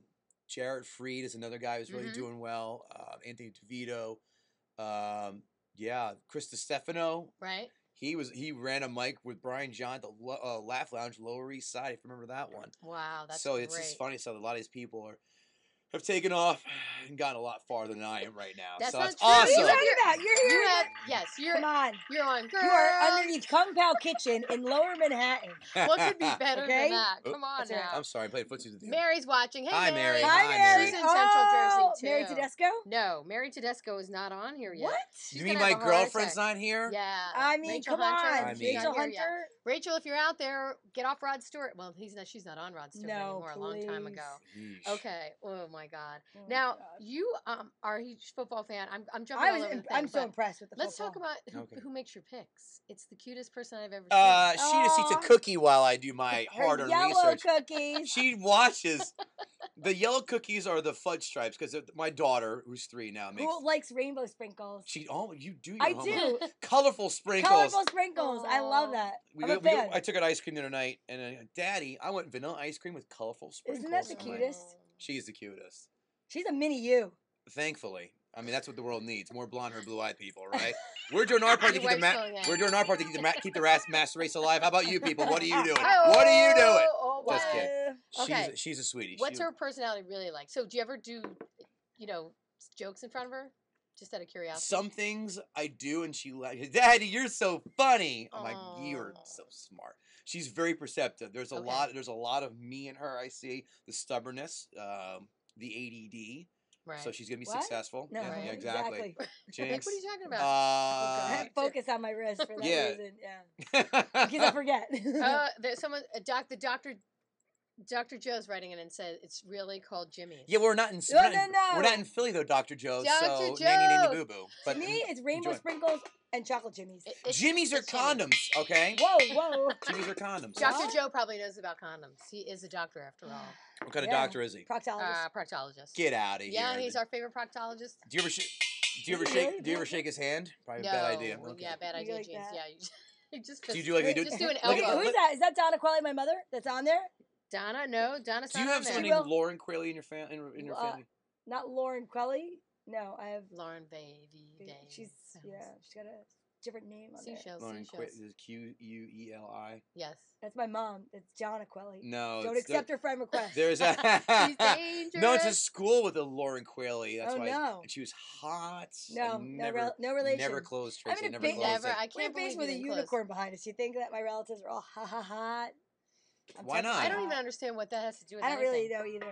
C: Jarrett Freed is another guy who's really
B: Mhm.
C: doing well. Uh, Anthony DeVito, um, yeah, Chris Stefano.
B: right.
C: He was he ran a mic with Brian John at the Lo- uh, Laugh Lounge, Lower East Side. If you remember that one
B: Wow. That's
C: so
B: great.
C: it's just funny. So a lot of these people are have taken off and gotten a lot farther than I am right now.
B: That's
C: so
B: not
C: that's
B: true.
A: What are you
C: awesome.
A: talking about? You're
B: You
A: here.
B: have yes. You're
A: Come on.
B: you're on. Girl.
A: You are underneath Kung Pao Kitchen in Lower Manhattan.
B: What could be better
A: Okay?
B: than that?
C: Oh,
B: Come on
A: that's all right.
B: now.
C: I'm sorry, I played footsie with you.
B: Mary's watching. Hey,
C: Hi,
B: Mary.
C: Mary. Hi,
A: Hi, Mary.
C: Mary.
B: She's in Central
A: Oh,
B: Jersey too.
A: Mary Tedesco.
B: No, Mary Tedesco is not on here yet.
A: What?
B: She's
C: you mean
B: gonna
C: my
B: have a heart
C: girlfriend's
B: attack.
C: not here?
B: Yeah.
A: I mean,
B: Rachel
A: come
B: Hunter,
A: on,
C: I
B: she's
C: mean-
B: not
A: Rachel
B: here yet.
A: Hunter.
B: Rachel, if you're out there, get off Rod Stewart. Well, he's not. She's not on Rod Stewart
A: No,
B: anymore. A long time ago.
C: Yeesh.
B: Okay. Oh my God.
A: Oh,
B: Now
A: God.
B: you um, are a huge football fan. I'm, I'm jumping.
A: I
B: all
A: was,
B: over
A: im-
B: the thing,
A: I'm so
B: but
A: impressed with the.
B: Let's talk
A: football.
B: about who,
C: Okay.
B: who makes your picks. It's the cutest person I've ever seen.
C: Uh, she just eats a
A: Aw.
C: cookie while I do my
A: Her
C: hard-earned
A: yellow
C: research.
A: cookies.
C: She watches. the yellow cookies are the fudge stripes because my daughter, who's three now, makes.
A: Who likes rainbow sprinkles?
C: She oh, you do your
A: I
C: homework.
A: do.
C: Colorful sprinkles.
A: Colorful sprinkles. I
B: Aw.
A: love that.
C: We,
A: I'm
C: go-
A: a
C: we go-
A: fan.
C: I took an ice cream the other night, and I, Daddy, I want vanilla ice cream with colorful sprinkles.
A: Isn't that the
C: I'm like,
A: cutest?
C: She's the cutest.
A: She's a mini you.
C: Thankfully, I mean that's what the world needs: more blonde or blue-eyed people, right? We're doing our part to
B: Your
C: keep the
B: wife's
C: ma-
B: going in.
C: we're doing our part to keep the ma- keep the ras- mass race alive. How about you people? What are you doing? What are you doing?
B: Oh,
C: Just
B: wow.
C: kidding.
A: Uh,
B: Okay.
C: She's a, she's a sweetie.
B: What's
C: She-
B: her personality really like? So, do you ever do, you know, s- jokes in front of her? Just out of curiosity.
C: Some things I do, and she like, Daddy, you're so funny. I'm like, you're
B: Aw.
C: so smart. She's very perceptive. There's a
B: Okay.
C: lot. There's a lot of me in her. I see the stubbornness, um, the ADD.
B: right.
C: So she's gonna be
A: What?
C: successful.
A: No,
C: yeah,
B: Right.
C: yeah, exactly.
B: like,
C: Jinx.
B: what are you talking about? Oh,
A: I
C: Uh,
B: God.
A: have focus on my wrist for that
C: Yeah. Uh,
A: reason. Yeah. Because I forget.
B: Oh. uh, there's someone, a doc, the uh, doctor Dr. Joe's writing it and says it's really called Jimmy's.
C: Yeah, we're not in.
B: Oh,
A: No,
C: we're, not in
A: no,
C: we're not
A: no.
C: in Philly though, Doctor Joe.
B: Dr.
C: So nanny nanny
B: Joe.
C: boo boo.
A: To me, it's rainbow
C: enjoy.
A: sprinkles and chocolate jimmies.
B: It- it's-
C: Jimmy's are
B: it's Jimmy's.
C: condoms, okay?
A: Whoa, whoa.
C: Jimmy's are condoms.
B: Dr.
A: What?
B: Joe probably knows about condoms. He is a doctor after all.
C: What kind of
A: Yeah.
C: doctor is he?
A: Proctologist.
B: Uh, proctologist.
C: Get out of here.
B: yeah, he's our favorite proctologist.
C: Do you ever sh- do you ever
A: Really?
C: shake do you ever shake his hand? Probably a bad idea.
B: No.
C: Okay.
B: Yeah, bad
A: You
B: idea,
A: like
B: Jeans.
A: that?
B: Yeah, you just, you just
C: Do you
B: fist-
C: do like uh, they do?
B: just do an
A: Look
B: elbow.
A: at-
C: Look,
A: who's
C: look-
A: that? Is that Donna Qualley, my mother? That's on there?
B: Donna, no, Donna's
C: do you
B: not
C: have
B: on there.
C: someone
A: somebody-
C: named
A: Well-
C: Lauren Quayle in your fam- in, in your
A: Well, uh,
C: family?
A: Not Lauren Quelley? No, I have.
B: Lauren Baby. Baby.
A: She's,
B: sounds-
A: yeah, she's got a different name on there.
B: Seashells.
C: Lauren Quayle
B: seashells.
C: is Q U E L I.
B: Yes.
A: That's my mom. That's Donna Quelley.
C: No,
A: Don't
C: it's- uh, there-
A: accept her friend request.
C: There's a
B: She's
C: no. It's a
B: dangerous.
C: school with a Lauren Quayle. That's
A: Oh,
C: why.
A: no.
C: And she was hot. I
A: No, no,
C: never,
A: rel- no relation.
C: Never closed. Tracy.
A: gonna
C: never
A: ba-
C: closed.
B: Never.
C: it.
B: I
A: We're in
B: can't
A: a
B: believe
A: basement with a
B: you didn't
A: unicorn behind us. You think that my relatives are all ha ha ha? I'm
C: Why
A: touching
C: not?
B: Close. I
A: my
B: don't even
A: hat.
B: understand what that has to do with
A: I don't really
B: anything.
A: know either.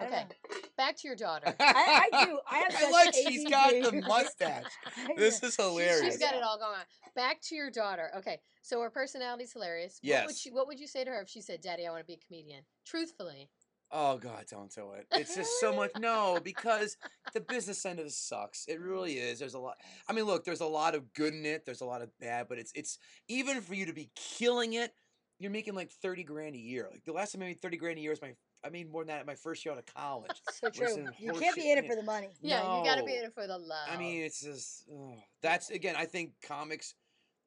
A: I don't
B: Okay,
A: know.
B: back to your daughter.
A: I, I do. I have.
C: I
A: such
C: like she's got the
A: ADD.
C: mustache.
A: I
C: This
A: know.
C: is hilarious.
B: She's got
A: Yeah.
B: it all going on. Back to your daughter. Okay, so her personality's hilarious. What would,
C: Yes.
B: she, what would you say to her if she said, "Daddy, I want to be a comedian"? Truthfully,
C: Oh God, don't do it. It's just so much. No, because the business end of this sucks.
A: Oh,
C: It really is. There's a lot. I mean, look, there's a lot of good in it. There's a lot of bad, but it's it's even for you to be killing it, you're making like thirty grand a year. Like the last time I made thirty grand a year was my. I made more than that my first year out of college.
A: So true.
C: Listen,
A: You
C: horse
A: can't be in
C: shit
A: it
C: in
A: for the money.
B: yeah, you got to be
C: No.
B: in it for the love.
C: I mean, it's just ugh. that's again. I think comics,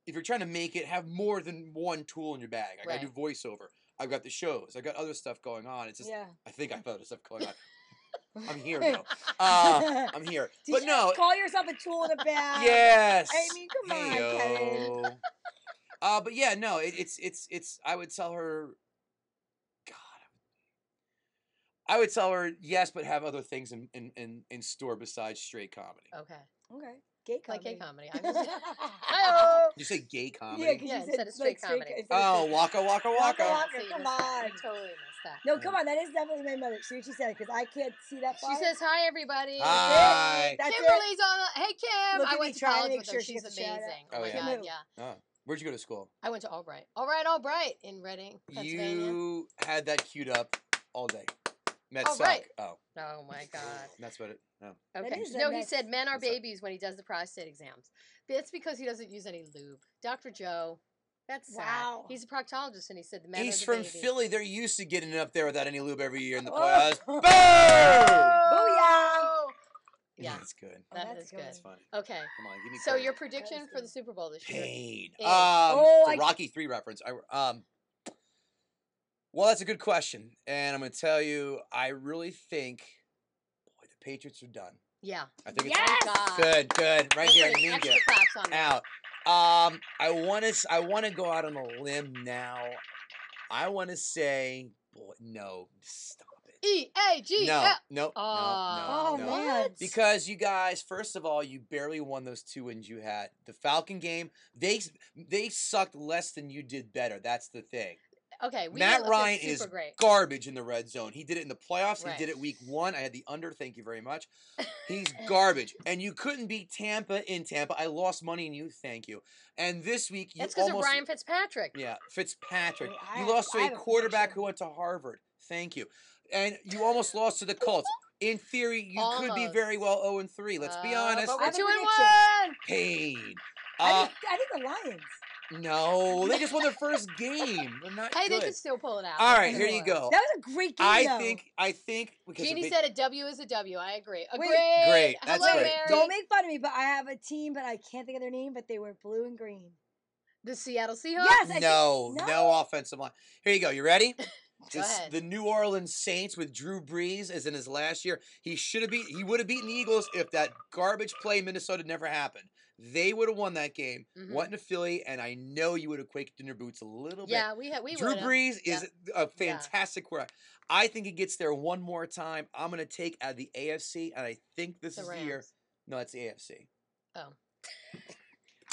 C: if you're trying to make it, have more than one tool in your bag. Like, I do
B: Right.
C: voiceover. I've got the shows. I've got other stuff going on. It's just
A: Yeah.
C: I think I have other stuff going on. I'm here now. Uh, I'm here.
A: Did
C: but
A: you
C: no.
A: call yourself a tool in a bag?
C: yes.
A: I mean, come on, Kevin.
C: Heyo. uh, but yeah, no. It, it's it's it's. I would tell her. God. I would tell her yes, but have other things in in, in, in store besides straight comedy.
B: okay,
A: Okay. Gay
B: like
A: comedy.
B: gay comedy. I'm just,
A: Oh.
B: oh,
C: Did you say gay comedy?
A: Yeah, 'cause you
B: Yeah,
A: said,
B: instead of straight
A: like, straight
B: comedy.
A: instead of
C: Oh,
A: straight-
C: waka waka
A: Waka
C: waka.
A: waka.
B: See, you
A: come
B: missed that. You
A: on.
B: totally missed that.
A: No, come on. That is definitely my mother. See what she said because I can't see that far.
B: She says, "Hi, everybody."
C: Hi.
A: That's it.
B: Kimberly's on. Hey, Kim.
A: Look
B: I
A: at
B: went
A: me
B: to
A: trying to
B: college
A: make
B: with her.
A: sure she
B: She's
A: gets a shout out.
B: amazing. Oh,
C: Oh,
B: my
C: yeah.
B: god,
A: Who?
B: yeah.
C: Oh, where'd you go to school?
B: I went to Albright. Albright, Albright in Reading, Pennsylvania.
C: You had that queued up all day. Mets
B: Oh,
C: suck.
B: right.
C: Oh.
B: Oh my god.
C: That's about it. Oh. No.
A: That
B: Okay.
A: is the
B: No, he
A: next-
B: said men are
C: That's not-
B: babies when he does the prostate exams. But it's because he doesn't use any lube. Dr. Joe, that's sad.
A: Wow.
B: He's a proctologist and he said the men
C: He's
B: are the
C: from
B: babies.
C: Philly. They're used to getting it up there without any lube every year in the
A: Oh.
C: playoffs.
A: Oh,
C: Boom!
B: Oh!
A: Booyah!
B: Yeah,
C: That's good.
B: that
A: that's
B: is good.
C: That's funny.
B: Okay.
C: Come on, give me.
B: So
C: credit.
B: your prediction for the
A: good.
B: Super Bowl this year?
C: pain.
B: Hey.
C: Um,
A: Oh,
C: it's a
A: I-
C: Rocky Three reference. I um. Well, that's a good question, and I'm gonna tell you. I really think, boy, the Patriots are done.
B: Yeah.
C: I think it's
B: Thank
A: Yes!
B: God.
C: good, good, right
B: We're
C: here. I
B: putting
C: need
B: extra
C: you
B: claps on that.
C: out. Um, I want to. I want to go out on a limb now. I want to say, boy, no, stop it.
B: E A G
C: No,
B: L.
C: no,
B: Oh,
C: no, no,
A: Oh,
C: no.
A: man.
C: Because you guys, first of all, you barely won those two wins you had. The Falcon game, they they sucked less than you did better. That's the thing.
B: Okay, we
C: Matt
B: looked at
C: Ryan
B: super
C: is
B: great.
C: Garbage in the red zone. He did it in the playoffs.
B: Right.
C: He did it week one. I had the under. Thank you very much. He's garbage, and you couldn't beat Tampa in Tampa. I lost money in you. Thank you. And this week you
B: That's because of
C: almost
B: Ryan Fitzpatrick.
C: yeah Fitzpatrick.
A: Wait, I
C: you
A: have-
C: lost to
A: I
C: a
A: have a
C: quarterback
A: prediction.
C: who went to Harvard. Thank you. And you almost lost to the Colts. In theory, you could be very well 0 and 3. Let's be
B: Uh,
C: honest.
B: But
A: I
B: we're
A: have a
B: two and
A: prediction.
B: one.
C: Pain.
A: I,
C: Uh,
A: think, I think the Lions.
C: no, they just won their first game. They're not
B: Hey,
C: good.
B: they could still pull it out.
C: All
B: Let's
C: right,
B: be
C: here you
B: real.
C: go.
A: That was a great game.
C: oh, I
A: though.
C: think I think because
B: Jeannie
C: of
B: said a W is a W. I agree. Agreed.
A: Wait.
C: Great, that's
B: Hello,
C: great.
B: Mary.
A: Don't make fun of me, but I have a team, but I can't think of their name, but they were blue and green.
B: the Seattle Seahawks.
A: Yes, I think-
C: no, no,
A: no.
C: offensive line. Here you go. You ready? This-
B: ahead.
C: the New Orleans Saints with Drew Brees is in his last year. He should have beat. He would have beaten the Eagles if that garbage play in Minnesota never happened. They would have won that game.
B: Mhm.
C: Went to Philly, and I know you would have quaked in your boots a little bit.
B: Yeah, we had we
C: Drew
B: would've.
C: Brees
B: Yeah.
C: is a fantastic quarterback. I think he gets there one more time. I'm going to take out of the AFC, and I think this
B: The
C: is the year.
B: Rams.
C: No, it's the AFC.
B: Oh.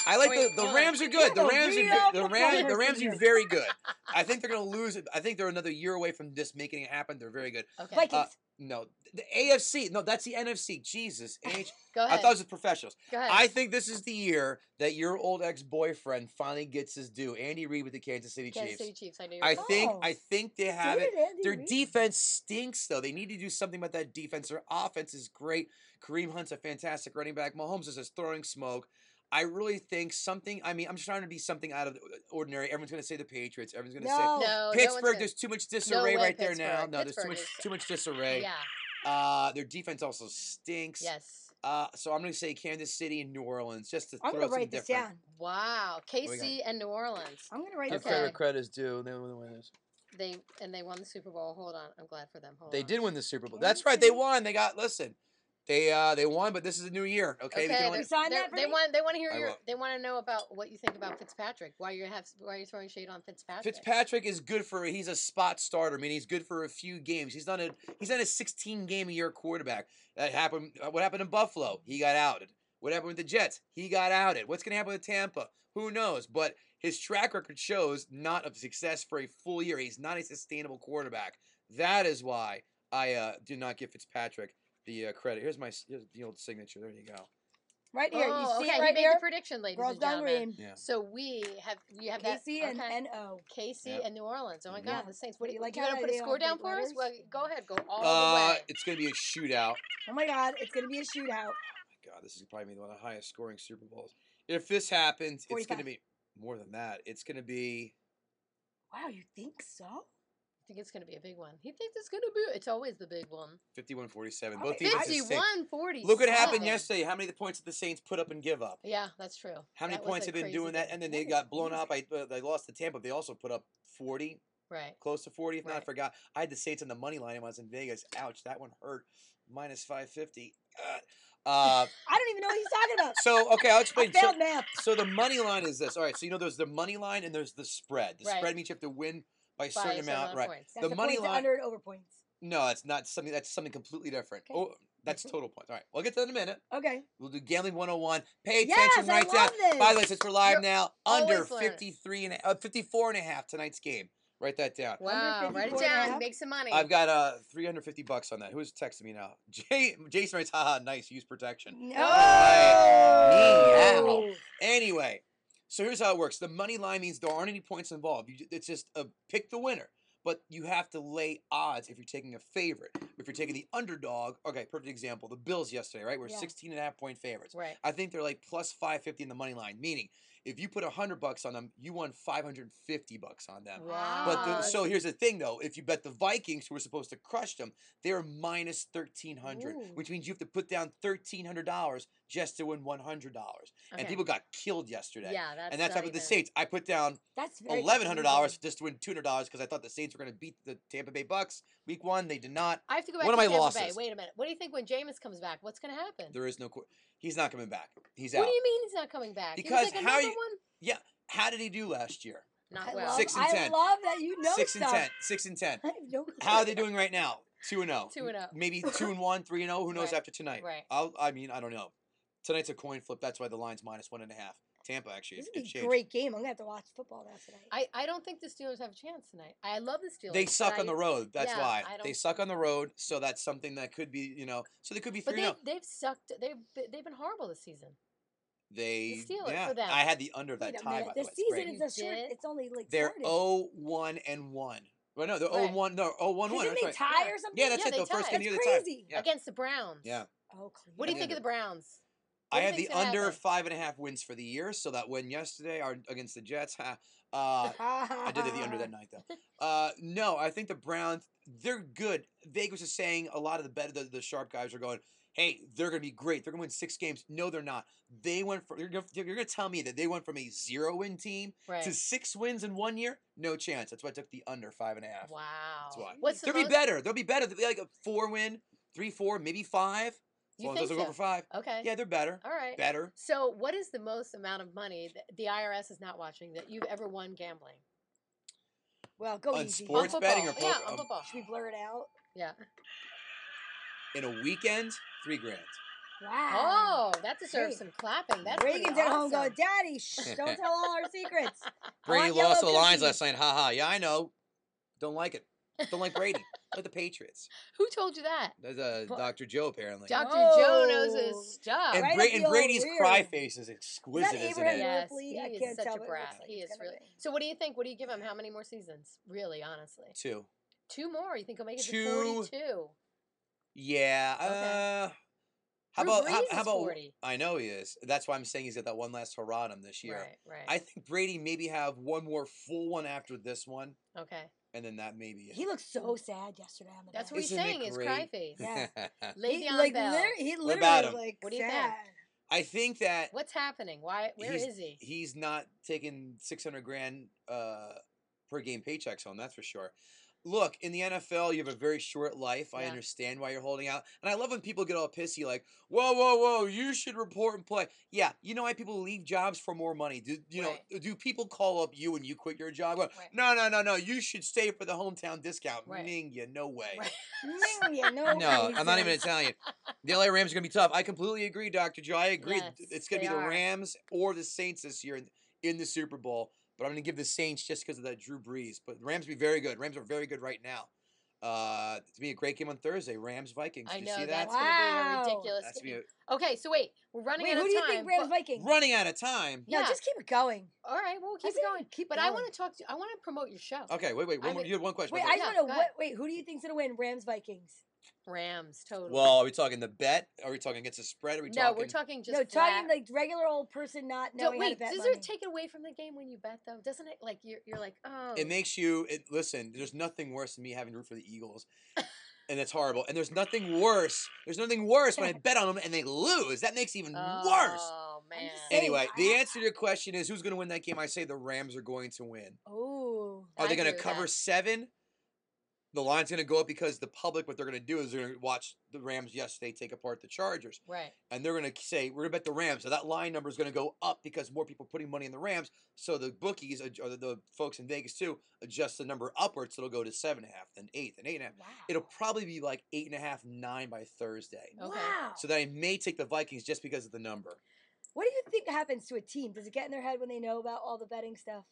C: I like
B: Wait,
C: the, the
B: hold on.
C: Rams are good. The
A: Yeah,
C: Rams are
A: real
C: good. the Rams the
A: performance
C: Rams are
A: here.
C: very good. I think they're gonna lose. it. I think they're another year away from just making it happen. They're very good.
B: Okay,
A: Vikings.
C: No, the AFC. No, that's the NFC. Jesus, H.
B: go
C: I
B: ahead.
C: thought it was the professionals.
B: go ahead.
C: I think this is the year that your old ex boyfriend finally gets his due. Andy Reid with the Kansas City
B: Kansas
C: Chiefs.
B: City Chiefs. I knew. you were
C: I
B: gonna-
C: think
A: Oh.
C: I think they have
A: Did
C: it.
A: Andy
C: Their
A: Reid?
C: defense stinks, though. They need to do something about that defense. Their offense is great. Kareem Hunt's a fantastic running back. Mahomes is just throwing smoke. I really think something. I mean, I'm just trying to be something out of the uh, ordinary. Everyone's going to say the Patriots. Everyone's going to
A: No.
B: No,
C: say
B: no one's
C: Pittsburgh.
B: gonna-
C: there's too much disarray
B: way
C: right there now.
B: Pittsburgh.
C: No, there's too
B: Pittsburgh
C: much
B: is-
C: too much disarray.
B: Yeah.
C: Uh, their defense also stinks.
B: Yes.
C: Uh, so I'm going to say Kansas City and New Orleans just to
A: I'm
C: throw
A: gonna
C: some
A: write this
C: different.
A: down.
B: Wow.
C: we got?
B: KC and New Orleans.
A: I'm gonna write
C: Give
A: this
B: Okay.
C: credit where
A: down.
C: credit is due. They were the winners.
B: They and they won the Super Bowl. Hold on. I'm glad for them. Hold
C: They
B: on.
C: did win the Super Bowl. That's right. They
A: Okay.
C: won. They got listen. They uh they won, but this is a new year. Okay. we can
B: Okay,
C: only-
A: You sign
B: They're-
A: that for
B: they
A: me?
B: want. They want to hear
C: I
B: your.
C: will.
B: They want to know about what you think about Fitzpatrick. Why you have. Why you're throwing shade on Fitzpatrick?
C: Fitzpatrick is good for he's a spot starter. I mean, he's good for a few games. He's not a he's not a 16 game a year quarterback. That happened. uh, What happened in Buffalo? He got outed. What happened with the Jets? He got outed. What's gonna happen with Tampa? Who knows? But his track record shows not of success for a full year. He's not a sustainable quarterback. That is why I uh, do not give Fitzpatrick the uh, credit. Here's my s- here's the old signature. There you go.
A: Right here.
B: Oh,
A: you see
B: okay.
A: it
B: he
A: right
B: made
A: here?
B: the prediction, ladies
A: Girls
B: and
A: gone
B: gentlemen.
A: green.
C: Yeah.
B: So we have. You have that.
A: KC and
B: okay.
A: NO.
B: KC
C: Yep.
B: and New Orleans. Oh my
C: Mhm.
B: God,
A: Yeah.
B: the Saints. What do
A: You
B: you like?
A: like
B: You
A: how
B: gonna
A: I
B: put a
A: did all
B: score
A: the
B: down
A: big
B: for us?
A: letters?
B: Well, go ahead. Go all the
C: Uh,
B: way.
C: it's gonna be a shootout.
A: Oh my god, it's gonna be a shootout.
C: God, this is probably one of the highest scoring Super Bowls. If this happens, it's going to
A: 45.
C: be more than that. It's going to be
A: Wow, you think so?
B: I think it's gonna be a big one. He thinks it's gonna be. It's always the big one.
C: 51 47.
B: Oh,
A: Okay,
C: Both these
A: I-
C: stink.
B: Fifty-one forty.
C: Look what happened yesterday. How many of the points did the Saints put up and give up?
B: Yeah, that's true.
C: How many
B: That was a
C: points have been
B: crazy
C: doing that?
B: game.
C: And then
A: That
C: they
A: is
C: got blown out by, uh, they lost to Tampa. They also put up 40,
B: Right.
C: close to 40, if not, I
B: Right.
C: forgot. I had the Saints on the money line when I was in Vegas. Ouch, that one hurt. Minus 550. Uh, uh,
A: I don't even know what he's talking about.
C: so, okay, I'll
A: I
C: explain. So-
A: failed math.
C: so the money line is this. All right. So you know there's the money line and there's the spread. The
B: Right.
C: spread means you have to win by a
B: By
C: certain
B: a
C: amount.
B: amount of
C: right.
B: points.
A: That's
C: The
A: the
C: money
A: points to
C: line-
A: under and over points.
C: No, it's not something. That's something completely different.
A: Okay.
C: Oh, that's total points. All right. We'll get to that in a minute.
A: Okay.
C: We'll do gambling 101. Pay attention
A: Yes, I
C: right now.
A: love this.
C: By the way, since we're live
B: You're
C: now, under
B: always learning.
C: 53 and a, uh, 54 and a half tonight's game. Write that down.
B: Wow. Write it
A: 54 and a
B: down.
A: half.
B: Make some money.
C: I've got uh 350 bucks on that. Who's texting me now? Jay, Jason writes, haha, nice, use protection.
A: No.
C: Meow. Anyway, so here's how it works. The money line means there aren't any points involved. You, ju- it's just a pick the winner. But you have to lay odds if you're taking a favorite. If you're taking the underdog, okay, perfect example. The Bills yesterday, right? We're
A: Yeah.
C: 16 and a half point favorites.
B: right.
C: I think they're like plus 550 in the money line, meaning if you put 100 bucks on them, you won 550 bucks on them.
B: Wow.
C: But the,
A: Ah,
C: so here's the thing though, if you bet the Vikings who were supposed to crush them, they're minus 1300,
A: Ooh.
C: which means you have to put down $1300 just to win $100 and people got killed yesterday.
B: Yeah, that's
C: and that's
B: not
C: happened with the
B: even-
C: Saints. I put down
A: That's very
C: eleven hundred dollars
A: confusing.
C: just to win two hundred dollars because I thought the Saints were going to beat the Tampa Bay Bucks week one. They did not.
B: I have to go back
C: One
B: to
C: of my
B: Tampa Bay.
C: losses.
B: Wait a minute. What do you think when Jameis comes back? What's going to happen?
C: There is no. qu- He's not coming back. He's
B: What
C: out.
B: do you mean he's not coming back? he
C: Because
B: was like a
C: how
B: number
C: you- How did he do last year?
B: one.
A: I
B: Not well.
A: love,
C: Six and
A: I
C: 10.
A: love that you know
C: Six
A: stuff.
C: and ten. Six and ten.
A: I have no clue.
C: How are they doing right now? Two and zero.
B: Two and
C: M-
B: oh.
C: Maybe two and one, three and zero. Who knows
B: Right,
C: after tonight?
B: right.
C: I'll, I mean, I don't know. Tonight's a coin flip. That's why the line's minus one and a half. Tampa actually.
A: This
C: it-
A: would
C: it
A: be a
C: changed.
A: great game. I'm gonna have to watch football now tonight.
B: I, I don't think the Steelers have a chance tonight. I love the Steelers.
C: They
B: but
C: suck
B: I-
C: on the road. That's
B: yeah,
C: why
B: I
C: they
B: don't-
C: suck on the road. So that's something that could be, you know. So they could be
B: But
C: three.
B: they
C: and oh.
B: they've sucked. They've be- they've been horrible this season.
C: They
B: Steelers for
C: yeah.
B: them.
C: I had the under of
A: Wait
C: that
A: a
C: tie.
A: minute.
C: By the
A: The
C: way, it's
A: season
C: great.
A: is
B: You
A: a short.
B: did?
A: It's only like
C: They're
A: started.
C: 0 1 and one. Well, no, they're
B: Right.
C: 0 1. Oh, No, 0 1 1.
A: Didn't
C: That's
A: they
C: right.
A: tie
B: Yeah.
A: or something?
C: Yeah, that's
B: Yeah,
C: it.
B: they
C: The first
B: tied.
C: game
A: That's
C: of the tie.
A: crazy.
C: Yeah.
B: Against the Browns.
C: Yeah.
A: Oh, clean.
B: What do you
C: Yeah.
B: think of the Browns?
C: I
B: do you
C: had the
B: think's gonna
C: under
B: happen?
C: five and a half wins for the year. So that win yesterday are against the Jets. Ha. Uh, I did it the under that night though. Uh, no, I think the Browns they're good. Vegas is saying a lot of the better the, the sharp guys are going. Hey, they're going to be great. They're going to win six games. No, they're not. They went from you're going to tell me that they went from a zero win team
B: Right.
C: to six wins in one year. No chance. That's why I took the under five and a half.
B: Wow.
C: why.
B: What's the
C: They'll be
B: most-
C: better. They'll be better. They'll be like a four win, three, four, maybe five. As
B: You
C: long as
B: think
C: those don't
B: so?
C: go for five.
B: Okay.
C: Yeah, they're better.
B: All right.
C: Better.
B: So, what is the most amount of money that the IRS is not watching that you've ever won gambling?
A: Well, go
C: On
A: easy.
C: sports
B: on
C: betting or
B: football. Yeah,
C: poker?
B: on
C: Um,
B: football.
A: Should we blur it out?
B: Yeah.
C: In a weekend, three grand.
A: Wow.
B: Oh, that deserves
A: Hey,
B: some clapping. That's pretty
A: Ah. Reagan's at home going,
B: awesome.
A: Daddy, shh, don't tell all our secrets.
C: Brady
A: yellow
C: lost to the Lions
A: cookies.
C: last night. Ha ha. Yeah, I know. Don't like it. Don't like Brady. like the Patriots.
B: Who told you that?
C: That's uh,
A: Bu-
C: Dr. Joe apparently.
B: Dr. Joe knows
A: Oh.
B: his stuff.
C: and,
A: Right
C: Bra-
A: up
C: and
A: the old
C: Brady's cry
A: rear.
C: face is
A: Is that
C: exquisite, isn't
A: Abraham
C: it?
B: Yes,
A: Ripley? I
B: he is
A: can't
B: such
A: tell
B: a
A: what it
B: brat.
A: looks like.
B: He
A: It's
B: is
A: kinda
B: really-
A: big.
B: So what do you think? What do you give him? How many more seasons? Really, honestly.
C: Two.
B: Two more. You think he'll make it
C: Two.
B: to 42?
C: Yeah.
B: Okay.
C: Uh, how
B: Drew
C: about
B: Brees
C: how, how
B: is
C: about
B: 40.
C: I know he is. That's why I'm saying he's got that one last hurrah on him this year.
B: Right, right.
C: I think Brady maybe have one more full one after this one,
B: okay.
C: and then that maybe.
A: He looked so sad yesterday on the
B: That's
A: bench.
B: what he's
C: Isn't it
B: saying, his cry
C: great?
B: face.
A: Yeah.
B: Le'Veon
A: he, like,
B: Bell.
A: liter- he literally
C: What about
A: was,
C: him?
A: like
B: What do you think?
A: sad.
C: I think that
B: What's happening? Why where
C: He's-
B: is he?
C: he's not taking 600 grand uh, per game paychecks home. That's for sure. Look, in the NFL, you have a very short life. I
B: Yeah.
C: understand why you're holding out, and I love when people get all pissy, like, "Whoa, whoa, whoa! You should report and play." Yeah, you know why people leave jobs for more money? Do you know?
B: Right.
C: Do people call up you and you quit your job? Go,
B: Right.
C: No, no, no, no. You should stay for the hometown discount.
B: Right.
C: Ning, you no way.
B: Right.
A: Mm, yeah, no,
C: No,
A: worries,
C: I'm not
A: yeah.
C: even Italian. The LA Rams are going to be tough. I completely agree, Dr. Joe. I agree. th-
B: Yes,
C: it's going to
B: they
C: be the
B: are.
C: Rams or the Saints this year in, in the Super Bowl. But I'm going to give the Saints just because of that Drew Brees. But the Rams be very good. Rams are very good right now. Uh, it's going to be a great game on Thursday. Rams Vikings. Did
B: I
C: you
B: know
C: see that?
B: that's gonna be a
A: Wow.
B: ridiculous
C: That's gonna
B: game.
C: be
B: Okay, so wait, we're running
A: Wait,
B: out
A: who
B: of
A: do you
B: time.
A: think Rams
B: but-
A: Viking?
C: a- running out of time.
A: No,
B: Yeah.
A: just keep it going.
B: all right, well we'll
A: I
B: keep
A: said
B: going.
A: Keep
B: But I
A: going.
B: want to talk to I want to promote your show.
C: Okay, wait, wait. One
B: I
C: more,
B: mean-
C: you had one question.
A: Wait,
C: I
A: I
C: thought-
B: Yeah,
A: just want
B: go
A: to.
B: ahead.
A: What? Wait, who do you think's gonna win? Rams Vikings?
B: Rams, totally.
C: well, are we talking the bet? Are we talking against the spread? Are we
B: no,
C: talking?
B: we're talking just
A: no,
B: flat.
A: talking like regular old person not
B: Don't-
A: knowing how to
B: wait,
A: bet
B: does
A: money.
B: it take it away from the game when you bet though? Doesn't it? Like you're, you're like, oh,
C: It makes you it, listen. There's nothing worse than me having to root for the Eagles, and it's horrible. And there's nothing worse. There's nothing worse when I bet on them and they lose. That makes it even worse.
B: Oh man.
A: just saying-
C: Anyway, the
A: I-
C: answer to your question is who's going to win that game? I say the Rams are going to win.
A: oh,
C: Are
B: I
C: they going to
B: agree with that.
C: cover seven? The line's going to go up because the public, what they're going to do is they're going to watch the Rams yesterday take apart the Chargers.
B: Right.
C: And they're going to say, we're going to bet the Rams. So that line number is going to go up because more people are putting money in the Rams. So the bookies, adj- or the, the folks in Vegas too, adjust the number upwards. So it'll go to seven and a half, then eight, then eight and a half.
A: wow.
C: It'll probably be like eight and a half, nine by Thursday.
B: Okay.
A: Wow.
C: So that I may take the Vikings just because of the number.
A: what do you think happens to a team? Does it get in their head when they know about all the betting stuff?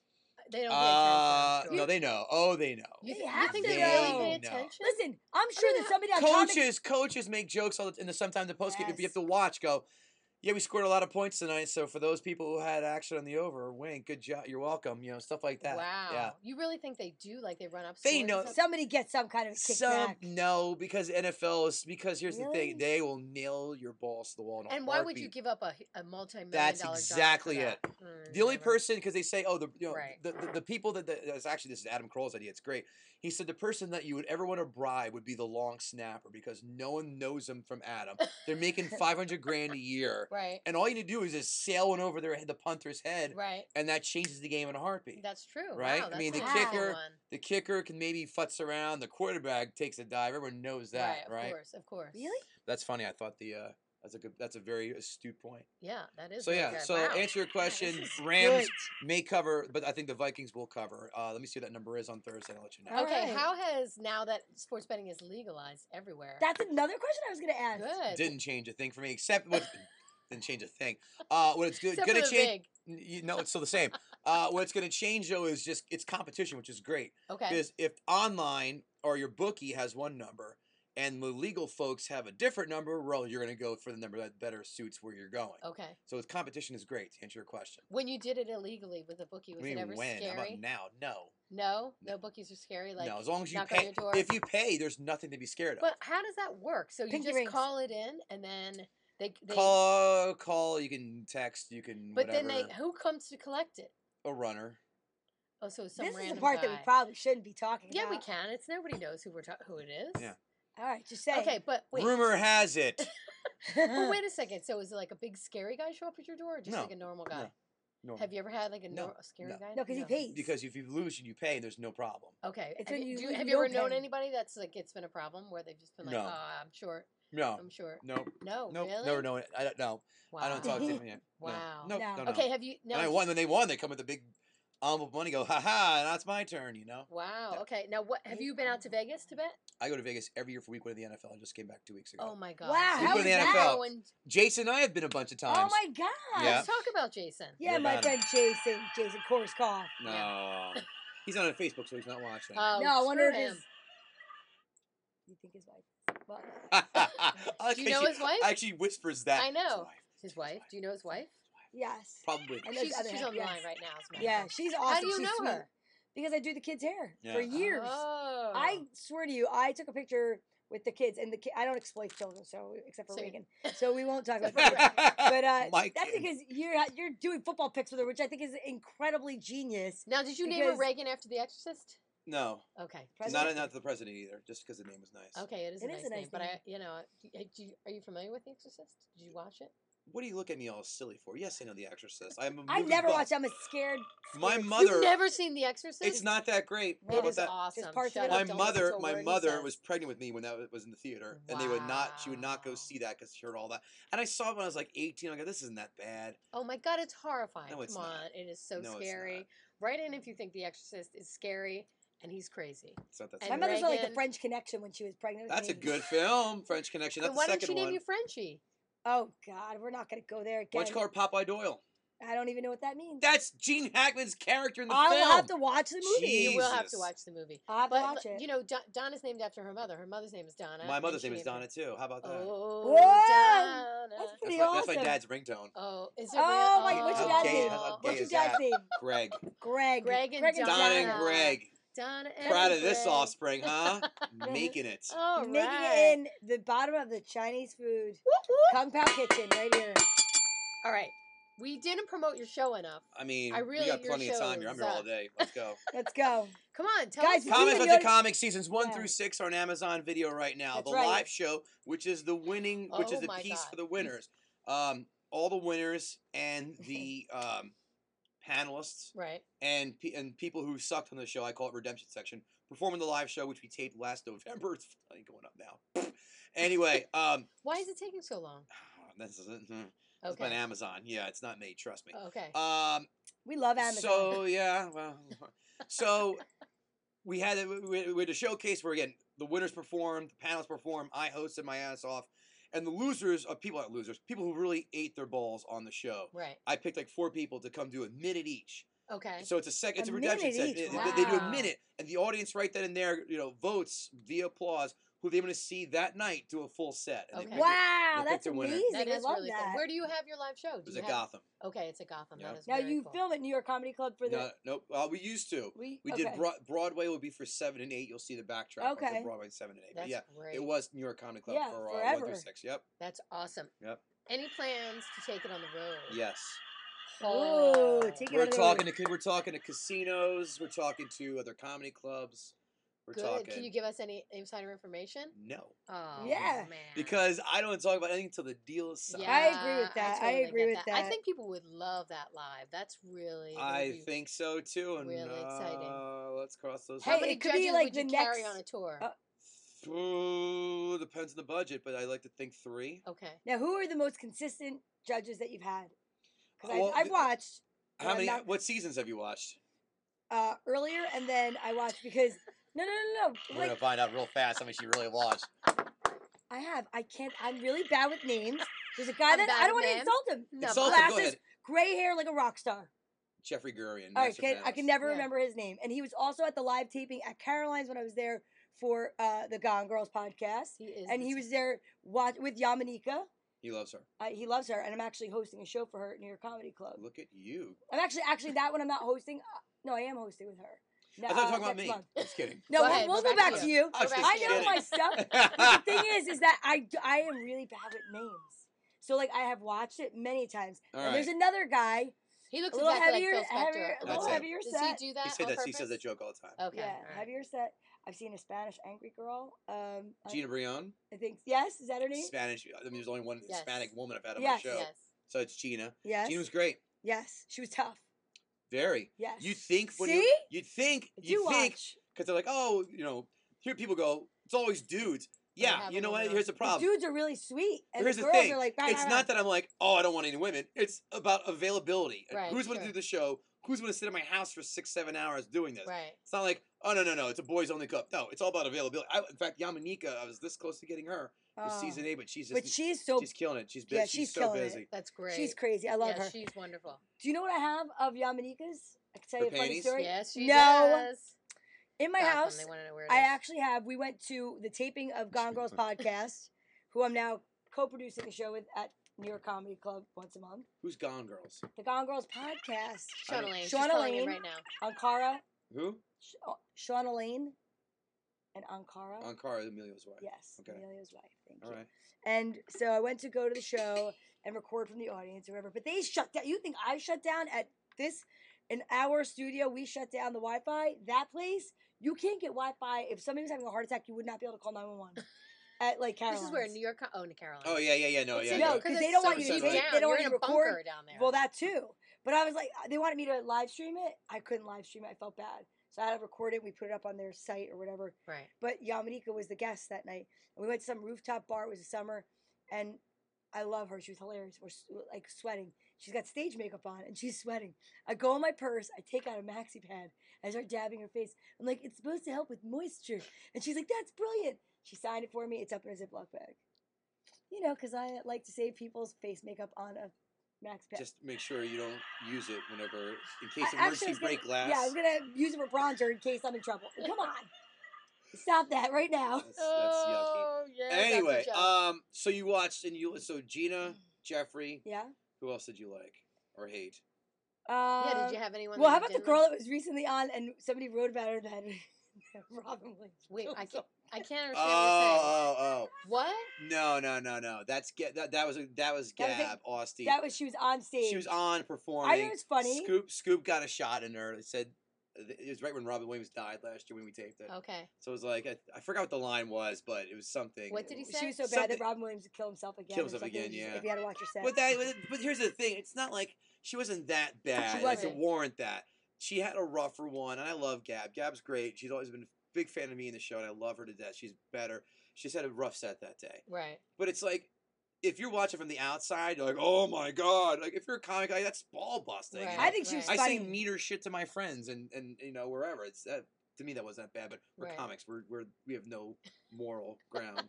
B: They don't pay
C: Uh,
B: attention.
C: no, they know. Oh, they know.
A: You
B: th-
A: have
B: think
A: to
B: they really
A: know.
B: pay
C: No.
B: attention?
A: Listen, I'm sure
B: mean,
A: that somebody on comics-
C: coaches, coaches make jokes all the time. And sometimes the post game, you have
A: Yes.
C: to watch. Go, yeah, we scored a lot of points tonight. So for those people who had action on the over, wink, good job. You're welcome. You know, stuff like that.
B: Wow.
C: Yeah.
B: You really think they do? Like they run up.
C: They
B: scores and
C: know-
B: stuff?
A: somebody gets some kind of
C: Some
A: kickback.
C: no, because NFL is because here's the
A: Really?
C: thing: they will nail your balls to the wall. In a
B: And why would you
C: heartbeat.
B: give up a, a multi-million
C: That's
B: dollar
C: exactly
B: job
C: it.
B: for that? Mm,
C: The only
B: never.
C: person, because they say, oh, the you know,
B: Right.
C: the, the, the people that, that that's actually this is Adam Kroll's idea. It's great. He said the person that you would ever want to bribe would be the long snapper because no one knows them from Adam. They're making five hundred grand a year,
B: Right.
C: and all you need to do is just sail one over their head, the punter's head,
B: Right.
C: and that changes the game in a heartbeat.
B: That's true.
C: Right?
B: Wow,
C: I
B: that's
C: mean,
A: the
B: an interesting
C: kicker-
B: one.
C: the kicker can maybe futz around. The quarterback takes a dive. Everyone knows that,
B: Of
C: right?
B: course. Of course.
A: Really?
C: That's funny. I thought the uh, that's a good. That's a very astute point.
B: Yeah. That is.
C: So
B: really
C: yeah.
B: good.
C: So
B: Wow.
C: answer your
B: Yeah, this
C: question.
B: is
C: Rams
B: good.
C: may cover, but I think the Vikings will cover. Uh, let me see what that number is on Thursday. and I'll let you know.
A: All
B: Okay.
A: right.
B: How has now that sports betting is legalized everywhere?
A: That's another question I was gonna ask.
B: good.
C: Didn't change a thing for me, except what didn't change a thing. Uh, what it's good,
B: Except
C: gonna
B: for the
C: change.
B: big.
C: n- You know, it's still the same. Uh, what it's gonna change though is just it's competition, which is great.
B: Okay.
C: Because if online or your bookie has one number and the legal folks have a different number, well, you're gonna go for the number that better suits where you're going.
B: Okay.
C: So it's competition is great. To answer your question.
B: When you did it illegally with a bookie, was
C: I mean,
B: it ever
C: when? How
B: scary?
C: about now? No.
B: No,
C: No.
B: no bookies are scary. Like,
C: no, as long as you
B: knock on
C: pay.
B: your door.
C: If you pay, there's nothing to be scared of.
B: but how does that work? So you
A: Pinky
B: just
A: rings.
B: call it in, and then they, they
C: call, call. You can text. You can
B: but
C: whatever.
B: then they who comes to collect it?
C: a runner.
B: Oh, so it's some
A: This is
B: random
A: the part
B: guy.
A: that we probably shouldn't be talking
B: yeah,
A: about.
B: we can. It's nobody knows who we're ta- who it is.
C: Yeah.
A: All right, just say.
B: Okay, but wait.
C: Rumor has it.
B: But wait a second. So is it like a big scary guy show up at your door, or just
C: No,
B: like a normal guy?
C: No.
B: Have you ever had like a,
C: No,
B: nor- a scary
C: no.
B: guy?
A: No, because he pays.
C: Because if you lose and you pay, there's no problem.
B: Okay.
A: It's
B: have
A: when
B: you,
A: you
B: do,
A: leave
B: have
A: no
B: you ever known
A: pen.
B: anybody that's like it's been a problem where they've just been like,
C: No.
B: oh, I'm sure,
C: No.
B: I'm sure.
C: No.
B: No,
C: Nope.
B: Um, oh, really.
C: Never known it. I don't know.
B: Wow.
C: I don't talk to them yet.
B: Wow.
C: No. Nope,
A: No.
C: Don't know.
B: Okay, have you?
C: And I
B: Now,
C: won. When they won, they come with a big um up money, go, ha ha, now it's my turn, you know?
B: Wow. Okay. Now, what have you been out to Vegas to bet?
C: I go to Vegas every year for week one of the NFL. I just came back two weeks ago.
B: Oh my God.
A: Wow,
B: so
A: how
B: you
A: is
B: know
A: that?
B: and-
C: Jason and I have been a bunch of times.
A: Oh my god.
C: Yeah.
B: Let's talk about Jason.
A: Yeah,
C: What
A: my
C: about
A: friend Jason, Jason Korskoff.
C: No. he's not on Facebook, so he's not watching.
B: Oh,
A: no, I wonder if
B: screw
A: his.
B: him.
A: You think his wife? Well,
C: I
B: Do you know
C: actually-
B: his wife?
C: Actually whispers that.
B: I
C: His
B: know.
C: wife,
B: His wife. Do you know his wife?
A: yes.
C: Probably.
A: I know
B: She's,
A: the other
B: she's
A: half,
B: online
A: yes.
B: right now. as a matter of
A: Yeah,
B: fact.
A: she's awesome.
B: How do you
A: She's
B: know
A: sweet.
B: her?
A: Because I do the kids' hair
C: Yeah.
A: for years.
B: Oh.
A: I swear to you, I took a picture with the kids, and the ki- I don't exploit children, so except for
B: Same.
A: Reagan, so we won't talk about. that. But
C: but
A: uh,
C: Mike,
A: that's because you're you're doing football picks with her, which I think is incredibly genius.
B: Now, did you name her
A: Because-
B: Reagan after The Exorcist?
C: no,
B: Okay.
C: not
A: President.
C: not the president either. Just because the name was nice.
B: Okay, it is, a,
A: It
B: nice
A: is a
B: name,
A: nice
B: but I,
A: name.
B: you know, I- do you- are you familiar with The Exorcist? Did you watch it?
C: What do you look at me all silly for? Yes, I know The Exorcist. I'm a
A: I
C: movie
A: never
C: buff.
A: watched. I'm a scared.
C: My
A: scared-
C: mother.
B: You've never seen The Exorcist?
C: It's not that great. How
B: It
C: about
B: is
C: that?
B: awesome.
A: parts of
B: Shut
A: it
B: up,
C: My
B: don't
C: mother,
B: listen to a
C: my
B: word he
C: mother
B: says.
C: was pregnant with me when that was in the theater, and they would not. She would not
B: Wow.
C: go see that because she heard all that. And I saw it when I was like 18. I go, this isn't that bad.
B: Oh my God, it's horrifying.
C: No, it's
B: Come
C: not.
B: on, it is so
C: No, it's not.
B: scary. Write in if you think The Exorcist is scary and he's crazy.
C: It's not that.
B: And
A: My
C: scary.
A: mother's not like the
B: Reagan.
A: French Connection when she was pregnant. with
C: That's a
A: me.
C: good film, French Connection. That's
B: and why
C: the
B: didn't she
C: second
B: name
C: one.
B: you Frenchie?
A: Oh God, we're not gonna go there again.
C: What's called Popeye Doyle?
A: I don't even know what that means.
C: That's Gene Hackman's character in the
A: I'll
C: film.
A: have to watch the movie.
B: You will have to
C: Jesus.
B: watch the movie.
A: I'll have to
B: But
A: watch
B: l-
A: it.
B: you know, Don, Donna's named after her mother. Her mother's name is Donna.
C: My
B: and
C: mother's
B: she
C: name is Donna
B: named
C: too. How about
B: her-
C: that?
B: Oh,
A: Whoa,
B: Donna.
A: that's
C: That's
A: pretty
C: my,
A: awesome.
C: that's my dad's ringtone.
B: Oh, is it real?
A: Oh, my, what's your
C: How
A: dad's
C: gay-
A: name?
C: how
B: Oh.
A: What's your
C: is that?
A: dad's name?
C: Greg.
A: Greg.
B: Greg and
C: Don and
B: Donna.
C: Greg.
B: Donna and
C: Proud of this
B: Greg. Oh,
C: offspring, huh? Making it.
B: All
A: Making
B: right.
A: it in the bottom of the Chinese food.
B: Whoop, whoop.
A: Kung Pao Kitchen, right here.
B: All right. We didn't promote your show enough.
C: I mean,
B: I really-
C: we got
B: your
C: plenty of
B: show
C: time here. I'm here
B: is
C: all
B: up.
C: day. Let's go.
A: Let's go.
B: Come on, tell
A: Guys,
B: us.
A: Did you
C: Comics
A: even
C: about the
A: notice-
C: comic seasons one
A: Yeah.
C: through six are on Amazon Video right now.
A: That's
C: the
A: right.
C: live show, which is the winning, which
B: Oh
C: is the
B: my
C: piece
B: God.
C: for the winners. Um, all the winners and the um, panelists
B: Right.
C: and pe- and people who sucked on the show. I call it redemption section. Performing the live show, which we taped last November. It's fucking going up now. anyway, um,
B: Why is it taking so long?
C: this isn't. hmm, It's been
B: Okay. Oh,
C: Amazon. Yeah, it's not made. Trust me.
B: Okay.
C: Um,
A: We love Amazon.
C: so yeah, well, so we had a, we, we had a showcase where again the winners performed, the panelists performed, I hosted my ass off, and the losers of people aren't losers, people who really ate their balls on the show.
B: Right.
C: I picked like four people to come do a minute each.
B: Okay.
C: So it's a second. It's
A: A
C: a redemption
A: minute
C: set.
A: each,
C: They- they- They do a
B: wow.
C: minute, and the audience right then and there, you know, votes via applause who they want to see that night do a full set. And they
B: Okay.
C: pick it.
A: wow,
C: picked
A: that's
C: a winner.
A: amazing.
B: That
A: I
B: is
A: love
B: really
A: that.
B: cool. Where do you have your live show? Do
C: It was
B: you
C: at
B: have-
C: Gotham.
B: Okay, it's at Gotham.
C: Yeah.
B: That is
A: Now
B: very
A: you
B: cool.
A: film at New York Comedy Club for the
C: No, nope. Well, we used to.
A: we,
C: We
A: okay.
C: did Bro- Broadway will be for seven and eight. You'll see the backtrack okay.
A: Okay.
C: for Broadway seven and eight.
B: That's
C: but yeah,
B: great.
C: it was New York Comedy Club
A: Yeah,
C: for uh, one
A: forever.
C: through six. Yep.
B: That's awesome.
C: Yep.
B: Any plans to take it on the road?
C: Yes.
A: Ooh,
B: Oh,
A: take it
C: We're
A: on the road.
C: talking to we're talking to casinos. We're talking to other comedy clubs. We're
B: Good.
C: talking.
B: Can you give us any insider information?
C: no,
B: Oh,
A: Yeah.
B: man.
C: because I don't talk about anything until the deal is signed.
B: yeah,
A: I agree with that. I
B: totally
A: agree
B: get
A: with
B: I
A: that.
B: think people would love that live. That's really. gonna
C: I
B: be-
C: think so too. And
B: really exciting.
C: uh, let's cross those.
B: How
A: Hey,
B: many
A: it could be
B: judges
A: like
B: would you
A: the
B: carry
A: next-
B: on a tour?
A: uh,
C: Ooh, depends on the budget, but I like to think three.
B: okay.
A: Now, who are the most consistent judges that you've had? Because
C: Well,
A: I've, I've
C: the-
A: watched but
C: How
A: Oh, I'm
C: many?
A: not-
C: What seasons have you watched?
A: uh, earlier, and then I watched because no, no, no, no.
C: We're
A: Like
C: gonna find out real fast how many she really watched.
A: I have, I can't. I'm really bad with names. There's a guy
B: I'm
A: that
B: bad
A: I don't
B: with
A: want to
B: names.
A: insult him.
B: No,
C: Insult
B: but-
C: him, go
A: Glasses.
C: ahead.
A: Gray hair like a rock star.
C: Jeffrey Gurian.
A: All right,
C: Master
A: kid. I
C: Panelist.
A: can never
B: Yeah.
A: remember his name, and he was also at the live taping at Caroline's when I was there for uh, the Gone Girls podcast,
B: He is.
A: and
B: the
A: he
B: t-
A: was there watch with Yamanika.
C: He loves her.
A: Uh, he loves her, and I'm actually hosting a show for her at New York Comedy Club.
C: Look at you.
A: I'm actually actually that one I'm not hosting. Uh, no, I am hosting with her. No,
C: I thought you were
A: uh,
C: talking about
A: next
C: me.
A: month.
C: Just kidding.
A: No,
B: Go
A: we'll,
B: ahead,
A: we'll
B: go
A: go
B: back
A: back
B: to
A: to you.
C: I was
B: Go
C: just
B: back
A: I
B: to
A: know
B: you.
A: my stuff. But the thing is, is that I, d- I am really bad with names. So like I have watched it many times.
C: All
A: And there's
C: right.
A: another guy,
B: He
A: a
B: looks
A: little
B: exactly
A: heavier,
B: like Phil Spector.
A: heavier, a little
C: That's it.
A: heavier
B: Does
A: set.
B: he do
C: He
B: that?
C: said
B: on
C: that. He says
B: purpose?
C: that joke all the time.
B: Okay.
A: yeah,
B: all right.
A: heavier set. I've seen a Spanish angry girl. Um, I-
C: Gina Brion,
A: I think yes, is that her name?
C: Spanish. I mean, there's only one
B: Yes.
C: Hispanic woman I've had on
A: Yes.
C: my show,
B: Yes.
C: so it's Gina.
A: Yes.
C: Gina was great.
A: yes, she was tough.
C: Very.
A: Yes.
C: You think when you
A: See?
C: you think
A: I
C: you
A: do
C: think
A: watch.
C: because they're like, oh, you know, here people go. It's always dudes.
B: they
C: Yeah,
B: have
C: you
B: a
C: know what?
B: woman
C: Here's the
B: on.
A: The
C: problem.
A: dudes are really sweet, and
C: Here's
A: the
C: the
A: girls
C: thing,
A: are like. "Rah,
C: it's
A: rah,
C: not
A: rah."
C: that I'm like, oh, I don't want any women. It's about availability. and
B: Right,
C: Who's going to
B: sure.
C: do the show? who's going to sit in my house for six, seven hours doing this?
B: Right.
C: It's not like, oh no, no, no, it's a boys only cup. No, it's all about availability. I, in fact, Yamanika, I was this close to getting her for
A: Oh.
C: season eight, but she's just
A: but she's so
C: she's killing it. She's busy.
A: yeah,
C: she's,
A: she's
C: so
A: killing it.
C: busy.
B: That's great.
A: she's crazy. I love
B: yeah,
A: her.
B: she's wonderful.
A: Do you know what I have of Yamanika's? I can tell
C: Her
A: you a funny
C: panties?
A: story.
B: Yes, she
A: No.
B: does.
A: In my
B: Gotham,
A: house,
B: They want to know where it is.
A: I actually have. We went to the taping of Gone Girls podcast, who I'm now co-producing a show with at New York Comedy Club once a month.
C: Who's gone, girls?
A: The Gone Girls podcast
C: I
B: Shauna
C: don't-
B: Lane. She's
A: Shauna
B: calling in
A: Lane.
B: right now.
A: Ankara,
C: Who?
A: Sh- uh, Shauna Lane, and Ankara.
C: Ankara, Emilio's wife.
A: yes,
C: Okay.
A: Amelia's wife. Thank
C: All
A: you.
C: right.
A: And so I went to go to the show and record from the audience or whatever. But they shut down. You think I shut down at this, in our studio, we shut down the Wi Fi. That place, you can't get Wi Fi. If somebody was having a heart attack, you would not be able to call 911 at like Caroline's.
B: This is where New York. Co- Oh, in Carolina.
C: Oh yeah, yeah, yeah. No,
B: It's
C: yeah.
B: in-
A: no,
C: yeah.
A: 'cause they
B: it's
A: don't
B: so
A: want you to
B: deep
C: take- they
B: down.
A: don't
B: You're
A: want
B: in a
A: you to record.
B: bunker down there.
A: Well, that too. But I was like, uh, they wanted me to live stream it. I couldn't live stream it. I felt bad. So I had to record it. We put it up on their site or whatever.
B: right.
A: But Yamanika was the guest that night. And we went to some rooftop bar. It was the summer. And I love her. She was hilarious. We're s- like sweating. She's got stage makeup on and she's sweating. I go in my purse. I take out a maxi pad. I start dabbing her face. I'm like, it's supposed to help with moisture. And she's like, that's brilliant. She signed it for me. It's up in a Ziploc bag. You know, because I like to save people's face makeup on a max pad.
C: Just make sure you don't use it whenever, in case
A: I-
C: of
A: actually, I
C: emergency
A: was gonna-
C: break glass.
A: Yeah, I'm going to use it for bronzer in case I'm in trouble. Come on. Stop that right now.
C: That's, that's yucky.
B: Oh,
A: Oh,
B: yeah.
C: Anyway, um, so you watched and you so Gina, Jeffrey.
A: Yeah.
C: Who else did you like or hate?
A: Uh,
B: yeah. Did you have anyone?
A: Well,
B: that
A: how
B: you
A: about the
B: didn't
A: girl
B: like?
A: that was recently on and somebody wrote about her that Robin Williams?
B: Wait, I
A: killed
B: can't. I can't understand
C: Oh, oh, oh!
B: what you're saying.
C: No, no, no, no. That's ga- that, that was a, that was
A: That was a-
C: Gab Austin.
A: him. That was she was on stage.
C: she was on performing.
A: I thought it was funny.
C: Scoop Scoop got a shot in her. It said uh, it was right when Robin Williams died last year when we taped it.
B: What? Okay.
C: So it was like I, I forgot what the line was, but it was something.
B: What did he say?
A: She was so bad
C: Something-
A: that Robin Williams would kill himself again.
C: Kill
A: or
C: himself
A: something,
C: again,
A: if you-
C: yeah.
A: If you had to watch your set.
C: But that, but- but here's the thing. It's not like she wasn't that bad. like to
B: wasn't.
C: warrant that. She had a rougher one, and I love Gab. Gab's great. She's always been a big fan of me in the show, and I love her to death. She's better. She's had a rough set that day,
B: Right.
C: but it's like if you're watching from the outside, you're like, oh my god. Like if you're a comic guy, that's ball busting. you
B: Right.
C: know?
A: I think she was
B: Right.
C: I
A: funny.
C: say meter shit to my friends and and you know wherever. It's that to me that wasn't that bad, but we're
B: Right.
C: comics. We're we're we have no moral ground.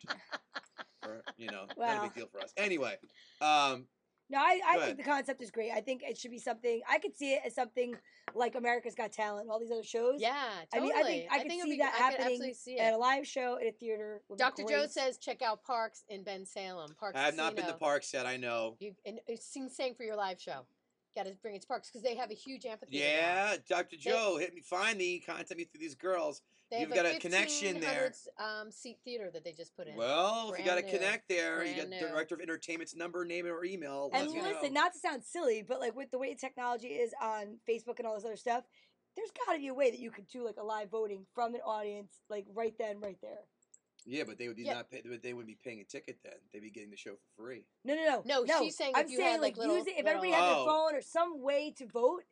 C: or, you know, not a
A: Well.
C: big deal for us. Anyway, um,
A: No, I, I
C: Go ahead.
A: think the concept is great. I think it should be something. I could see it as something like America's Got Talent, all these other shows.
B: Yeah.
A: I
B: Totally.
A: mean, I think I could
B: it'd
A: see
B: be-
A: that
B: I could
A: happening
B: absolutely see
A: At
B: it.
A: a live show at a theater. would be
B: Dr. Joe
A: great.
B: says check out Parks in Ben Salem. Parks.
C: I have not been to
B: Casino.
C: Parks yet. I know.
B: You and it's sing sing for your live show. Got to bring it to Parks because they have a huge amphitheater. now.
C: Yeah, Dr. Joe, hit me, find me, contact me through these girls.
B: They
C: You've
B: have
C: got a connection there.
B: 1500 Um, seat theater that they just put in.
C: Well, if you got to
B: Brand new.
C: connect there, you got
B: Brand new.
C: director of entertainment's number, name, or email. let
A: And
C: me know.
A: listen, not to sound silly, but like with the way technology is on Facebook and all this other stuff, there's got to be a way that you could do like a live voting from an audience, like right then, right there.
C: yeah, but they would be
B: Yeah.
C: not pay, but they would be paying a ticket then. They'd be getting the show for free.
A: No, no, no,
B: No, she's saying
A: I'm
B: if you
A: saying
B: had, like,
A: like,
B: little-
A: use it if
B: little-
A: everybody had
C: Oh.
A: their phone or some way to vote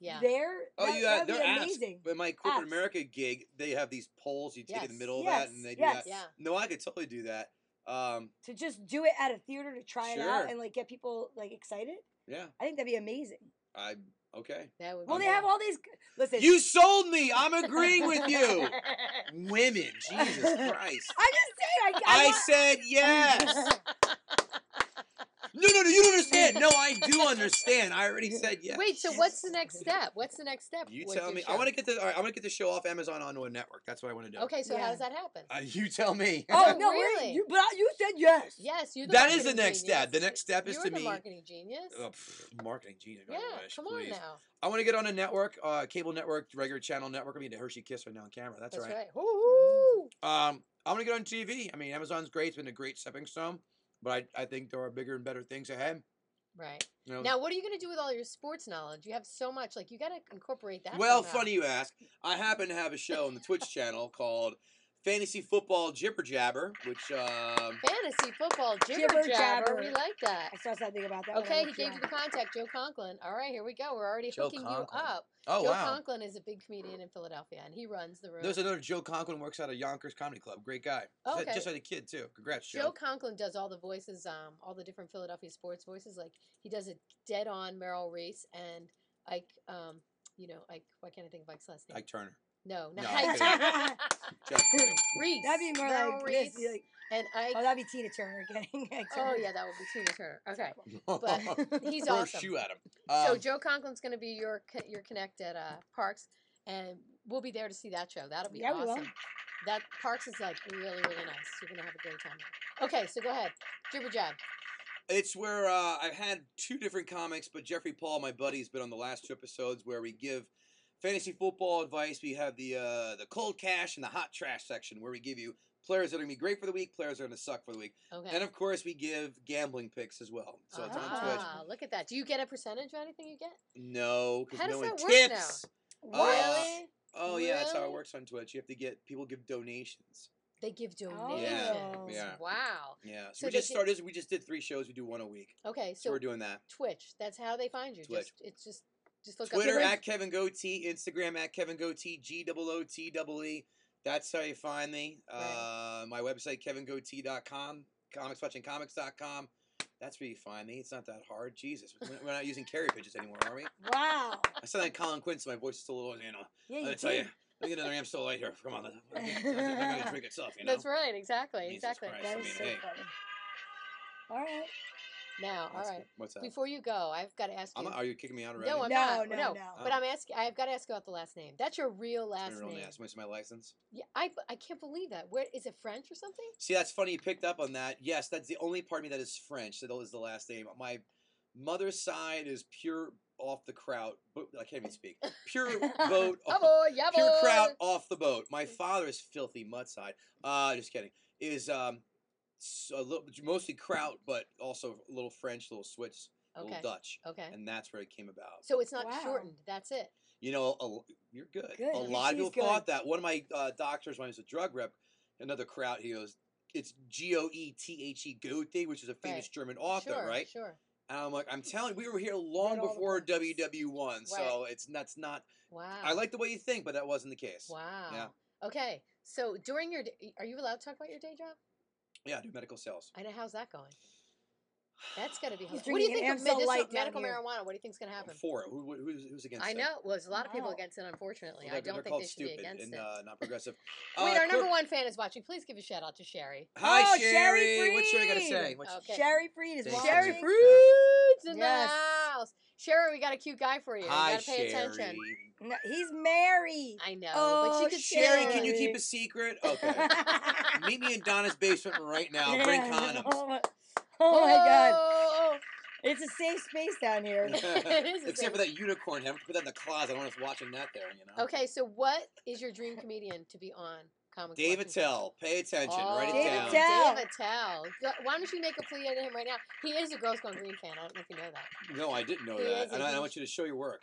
B: Yeah.
A: there.
C: Oh,
A: that,
C: you
A: that
C: got
A: would
C: their
A: be
C: apps.
A: amazing.
C: But my corporate
A: Apps.
C: America gig, they have these polls. You take in
B: Yes.
C: the middle of that, and
A: Yes,
C: they do
A: yes.
C: that.
B: Yeah.
C: No, I could totally do that. Um,
A: To just do it at a theater to try it
C: Sure.
A: out and like get people like excited.
C: yeah,
A: I think that'd be amazing.
C: I okay.
B: That would
A: Well,
B: be
A: they have
B: good.
A: all these. Listen,
C: You sold me. I'm agreeing with you. Women, Jesus Christ.
A: I just saying. I, I,
C: I
A: want-
C: said yes. No, no, no. You don't understand. No, I do understand. I already said yes.
B: Wait, so what's the next step? What's the next step?
C: You
B: with
C: tell
B: your
C: me. I
B: show?
C: want to get the. All right, I want to get the show off Amazon onto a network. That's what I want to do.
B: Okay, so how
A: Yeah.
B: does that happen?
C: Uh, you tell me.
A: Oh
B: Oh,
A: no, wait,
B: really?
A: you, but I- you said yes.
B: Yes, you.
C: That is the next step. The next step is
B: You're
C: to
B: the
C: me-
B: marketing genius.
C: Oh, pff, marketing genius.
B: yeah, come on
C: please.
B: now.
C: I want to get on a network, uh, cable network, regular channel network. I mean, the Hershey Kiss right now on camera. That's,
B: That's
C: right.
B: right. Woo!
C: Um, I want to get on TV. I mean, Amazon's great. It's been a great stepping stone, but I, I think there are bigger and better things ahead.
B: Right
C: You know,
B: now, what are you going to do with all your sports knowledge? You have so much. Like you got to incorporate that.
C: well,
B: somehow.
C: funny you ask. I happen to have a show on the Twitch channel called Fantasy Football Jibber Jabber, which um,
B: Fantasy football jibber,
A: Jibber
B: jabber.
A: jabber.
B: We like that.
A: I saw something about that. when I
B: Okay, he
A: looked
B: gave
A: up.
B: you the contact, Joe Conklin. All right, here we go. We're already
C: Joe
B: hooking
C: Conklin.
B: you up.
C: oh
B: Joe
C: wow,
B: Conklin is a big comedian in Philadelphia, and he runs the room.
C: there's another Joe Conklin works out of Yonkers Comedy Club. Great guy. Just had-
B: Okay.
C: Just had a kid too. Congrats,
B: Joe Conklin does all the voices, um, all the different Philadelphia sports voices. Like he does a dead on Merrill Reese and Ike. Um, you know, Ike. Why can't I think of Ike's last name?
C: Ike Turner.
B: No, not
C: No,
B: Ike.
A: I'm
B: Turner.
C: Jeff Turner.
B: Reese.
A: That'd be more
B: Meryl
A: like this. be
B: Reese
A: Like,
B: and Ike.
A: oh, that'd be Tina Turner getting. Ike
B: Oh
A: Turner.
B: yeah, that would be Tina Turner. Okay,
A: But-
B: he's
C: Throw a
B: awesome.
C: shoe at him.
B: so
C: Um,
B: Joe Conklin's going to be your co- your connect at uh, Parks, and we'll be there to see that show. That'll be
A: Yeah, we will.
B: awesome. That Parks is like really really nice. You're going to have a great time. there. Okay, so go ahead, jibber jab.
C: It's where uh, I've had two different comics, but Jeffrey Paul, my buddy, has been on the last two episodes where we give fantasy football advice. We have the uh, the cold cash and the hot trash section where we give you players that are going to be great for the week, players that are going to suck for the week,
B: Okay.
C: and of course we give gambling picks as well. So it's on Twitch.
B: Ah, look at that. Do you get a percentage or anything you get? How
C: No, because
B: does
C: no one
B: that work now?
C: tips.
A: What?
C: Uh,
B: Really?
C: Oh yeah, that's how it
B: Really?
C: works on Twitch. You have to get people give donations.
B: They give
A: Oh.
B: donations.
C: Yeah.
B: Wow.
C: Yeah,
B: So
C: so, we
B: they
C: just
B: get-
C: started. We just did three shows. We do one a week,
B: Okay,
C: so,
B: so
C: we're doing that.
B: Twitch. That's how they find you.
C: Twitch.
B: Just it's just just look
C: Twitter
B: up
C: at Kevin Goatee, Instagram at Kevin Goatee, G O O T E E. That's how you find me. Uh, my website, kevingoatee.com, comicswatchingcomics.com. That's where you find me. It's not that hard. Jesus, we're we're not using carry pitches anymore, are we?
A: Wow.
C: I sound like Colin Quinn, so my voice is still a little, you know.
A: Yeah,
C: I'm
A: you
C: gonna tell you,
A: did.
C: look at another Amstel Light here. Come on, I'm gonna drink itself, you know.
B: That's right. Exactly.
C: Jesus
B: exactly.
C: Christ,
A: That
C: I
A: is
C: mean,
A: so
C: hey.
A: funny. All right.
B: Now, all
C: That's-
B: right.
C: What's that?
B: Before you go, I've got to ask you.
C: I'm, are you kicking me out already?
B: no, Oh, I'm
A: No,
B: not.
A: no,
B: No,
A: no.
B: But
C: Oh.
B: I'm asking. I've got to ask about the last name. That's your real
C: It's my
B: last
C: real
B: name.
C: name. Somebody see my license.
B: Yeah, I, I can't believe that. Where is it? French or something?
C: See, that's funny you picked up on that. Yes, that's the only part of me that is French. That is the last name. My mother's side is pure off the crowd. But I can't even speak. Pure boat.
B: Oh boy, yeah boy.
C: pure crowd off the boat. My father is filthy mud side. Uh, just kidding. Is um, s- a little, mostly kraut, but also a little French, a little Swiss, a
B: Okay.
C: little Dutch,
B: Okay.
C: and that's where it came about.
B: So it's not
A: Wow.
B: shortened. That's it.
C: You know, a, you're good.
A: Good,
C: A
A: look at
C: lot of
A: you,
C: people
A: he's
C: thought
A: good.
C: that. One of my uh, doctors, when I was a drug rep, another crowd, he goes, it's G O E T H E Goethe, which is a famous
B: Right.
C: German author,
B: sure,
C: right?
B: Sure.
C: And I'm like, I'm telling you, we were here long
A: Read all the
C: before
A: books.
C: WW1, so it's that's not.
B: Wow.
C: I like the way you think, but that wasn't the case.
B: Wow. Okay. So during your, d- are you allowed to talk about your day job?
C: Yeah, I do medical sales.
B: I know how's that going. That's gonna be.
A: He's
B: hilarious. What do you
A: drinking
B: think
A: an
B: of
A: Amstel
B: medicinal,
A: Light down
B: medical
A: here.
B: marijuana? What do you think's gonna happen?
C: I'm for it. Who, who- who's, who's against
B: I
C: it?
B: know. Well, there's a lot of people
A: Wow.
B: against it. Unfortunately,
C: Well,
B: I
C: they're-
B: don't
C: they're
B: think
C: called
B: they should be
C: stupid
B: against
C: and
B: it.
C: uh, not progressive.
B: Wait,
C: Uh,
B: our number
C: Cor-
B: one fan is watching. Please give a shout out to Sherry. Oh,
C: Hi,
A: Oh, Sherry
C: Sherry. What's Sherry got to
A: Freed.
C: say? What's,
B: Okay.
A: Sherry Freed is
C: Thank
A: watching.
C: you.
B: Sherry
C: Sherry.
B: Fruits in
A: Yes.
B: the house. Sherry, we got a cute guy for you.
C: Hi,
B: you gotta pay
C: Sherry.
B: attention.
A: No, he's married.
B: I know,
A: Oh,
B: but you could
C: Sherry,
B: say-
C: can you
A: Sherry.
C: keep a secret? Okay. Meet me in Donna's basement right now. Bring
A: Yeah.
C: condoms.
A: Oh my, oh my god.
B: Oh,
A: It's a safe space down here.
B: It is the
C: Except for
B: same.
C: that unicorn. Have to put that in the closet. I don't want us watching that there, you know?
B: Okay, so what is your dream comedian to be on? Comic Oh,
C: Dave Attell. Pay attention. Write it
A: Dave
C: down.
A: Attell.
B: Dave Attell. Go- Why don't you make a plea at him right now? He is a Girls Gone Green fan. I don't know if you know that.
C: No, I didn't know
B: He
C: that.
B: is a
C: And I, I
B: huge-
C: want you to show your work.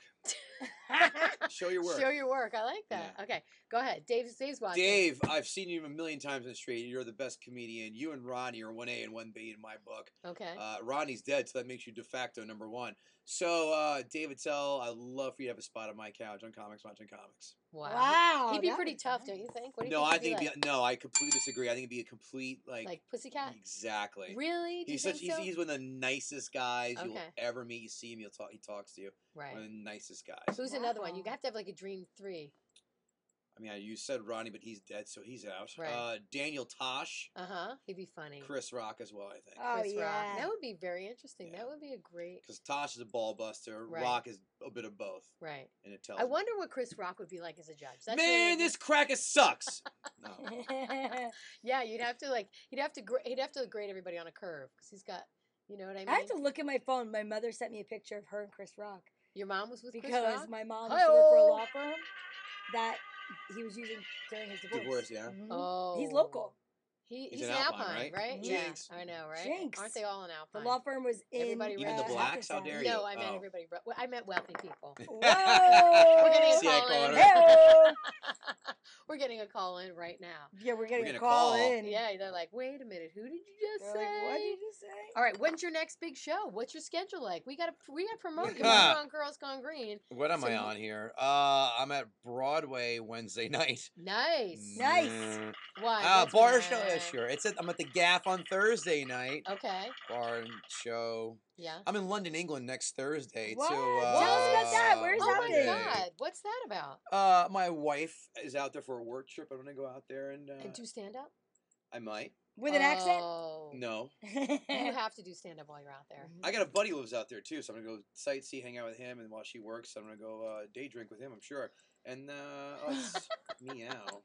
C: Show your work.
B: Show your work. I like that.
C: Yeah.
B: Okay, go ahead. Dave's Dave's watching.
C: Dave, I've seen you a million times in the street. You're the best comedian. You and Ronnie are 1A and 1B in my book.
B: Okay.
C: Uh, Ronnie's dead, so that makes you de facto number one. So, uh, Dave Attell, I'd love for you to have a spot on my couch on Comics Watching Comics.
B: wow.
A: wow.
B: He'd be
A: that
B: pretty
A: was
B: tough,
A: nice.
B: don't you think? What do you
C: no,
B: think?
C: I
B: he'd
C: think
B: be
C: it'd be, no, I completely disagree. I think it'd be a complete like,
B: like, like Pussycat.
C: exactly.
B: Really? Do
C: He's
B: you
C: such
B: think
C: he's,
B: so?
C: he's one of the nicest guys you'll
B: Okay.
C: ever meet. You see him, he'll talk. He talks to you.
B: right.
C: One of the nicest guys.
B: Who's another one? You
A: Wow.
B: have to have like a dream three.
C: I mean, I- you said Ronnie, but he's dead, so he's out.
B: Right.
C: Uh, Daniel Tosh,
B: Uh huh. He'd be funny.
C: Chris Rock as well, I think.
A: Oh,
B: Chris Rock.
A: yeah.
B: That would be very interesting.
C: Yeah.
B: That would be a great.
C: Because Tosh is a ball buster.
B: Right.
C: Rock is a bit of both,
B: Right.
C: and it tells.
B: I
C: me.
B: wonder what Chris Rock would be like as a judge. That's really
C: Oh. Man,
B: what we-
C: this cracker sucks. no.
B: Yeah, you'd have to like he'd have to gra- he'd have to grade everybody on a curve because he's got you know what I mean.
A: I have to look at my phone. My mother sent me a picture of her and Chris Rock
B: Your mom was with Chris
A: because
B: Rock.
A: my mom used to work for a
B: Hi-oh.
A: law firm that he was using during his divorce.
C: Divorce, yeah.
A: Mhm.
B: oh,
A: He's local.
B: He, he's,
C: an
B: an
C: Alpine,
B: Alpine,
C: right?
B: right?
C: Jinx.
B: Yeah, I know, right?
A: Jinx.
B: Aren't they all an
A: The
B: Alpine?
A: law firm was in
B: Everybody Even the
A: uh,
C: blacks? How
A: Hackerstown.
C: dare
B: no, I meant
C: Oh.
B: everybody. bre- Well, I meant wealthy people.
A: Whoa!
B: We're getting
C: See,
B: a
C: I
B: call
C: called
B: in.
C: her.
A: Hey-oh.
B: We're getting a call in right now.
A: Yeah, we're getting
C: getting
A: a
C: a
A: call,
C: call.
A: in.
B: Yeah, they're like, wait a minute, who did you just
A: They're
B: say?
A: like, what did you say?
B: All right, when's your next big show? What's your schedule like? We got to we got to promote you
C: Yeah.
B: on Girls Gone Green.
C: What am
B: So
C: I
B: you-
C: on here? Uh, I'm at Broadway Wednesday night.
B: Nice.
A: Nice.
C: Mm,
B: Why?
C: Uh,
B: What's
C: bar
B: going
C: show. Yeah,
B: on?
C: sure. It's at, I'm at the Gaff on Thursday
A: Oh.
C: night.
B: Okay.
C: Bar and show.
B: Yeah.
C: I'm in London, England next Thursday.
A: What?
C: To, uh,
A: Tell us about that. Where is
B: Oh my
A: happening?
B: God! What's that about?
C: Uh, my wife is out there for a work trip. I'm gonna go out there and, uh,
B: And do stand up
C: I might.
A: With an
B: Oh.
C: No,
B: You
A: accent?
B: have to do stand up while you're out there.
A: Mm-hmm.
C: I got a buddy who lives out there too, so I'm gonna go sightsee, hang out with him, and while she works, I'm gonna go uh, day drink with him. I'm sure. And uh, oh, it's- meow.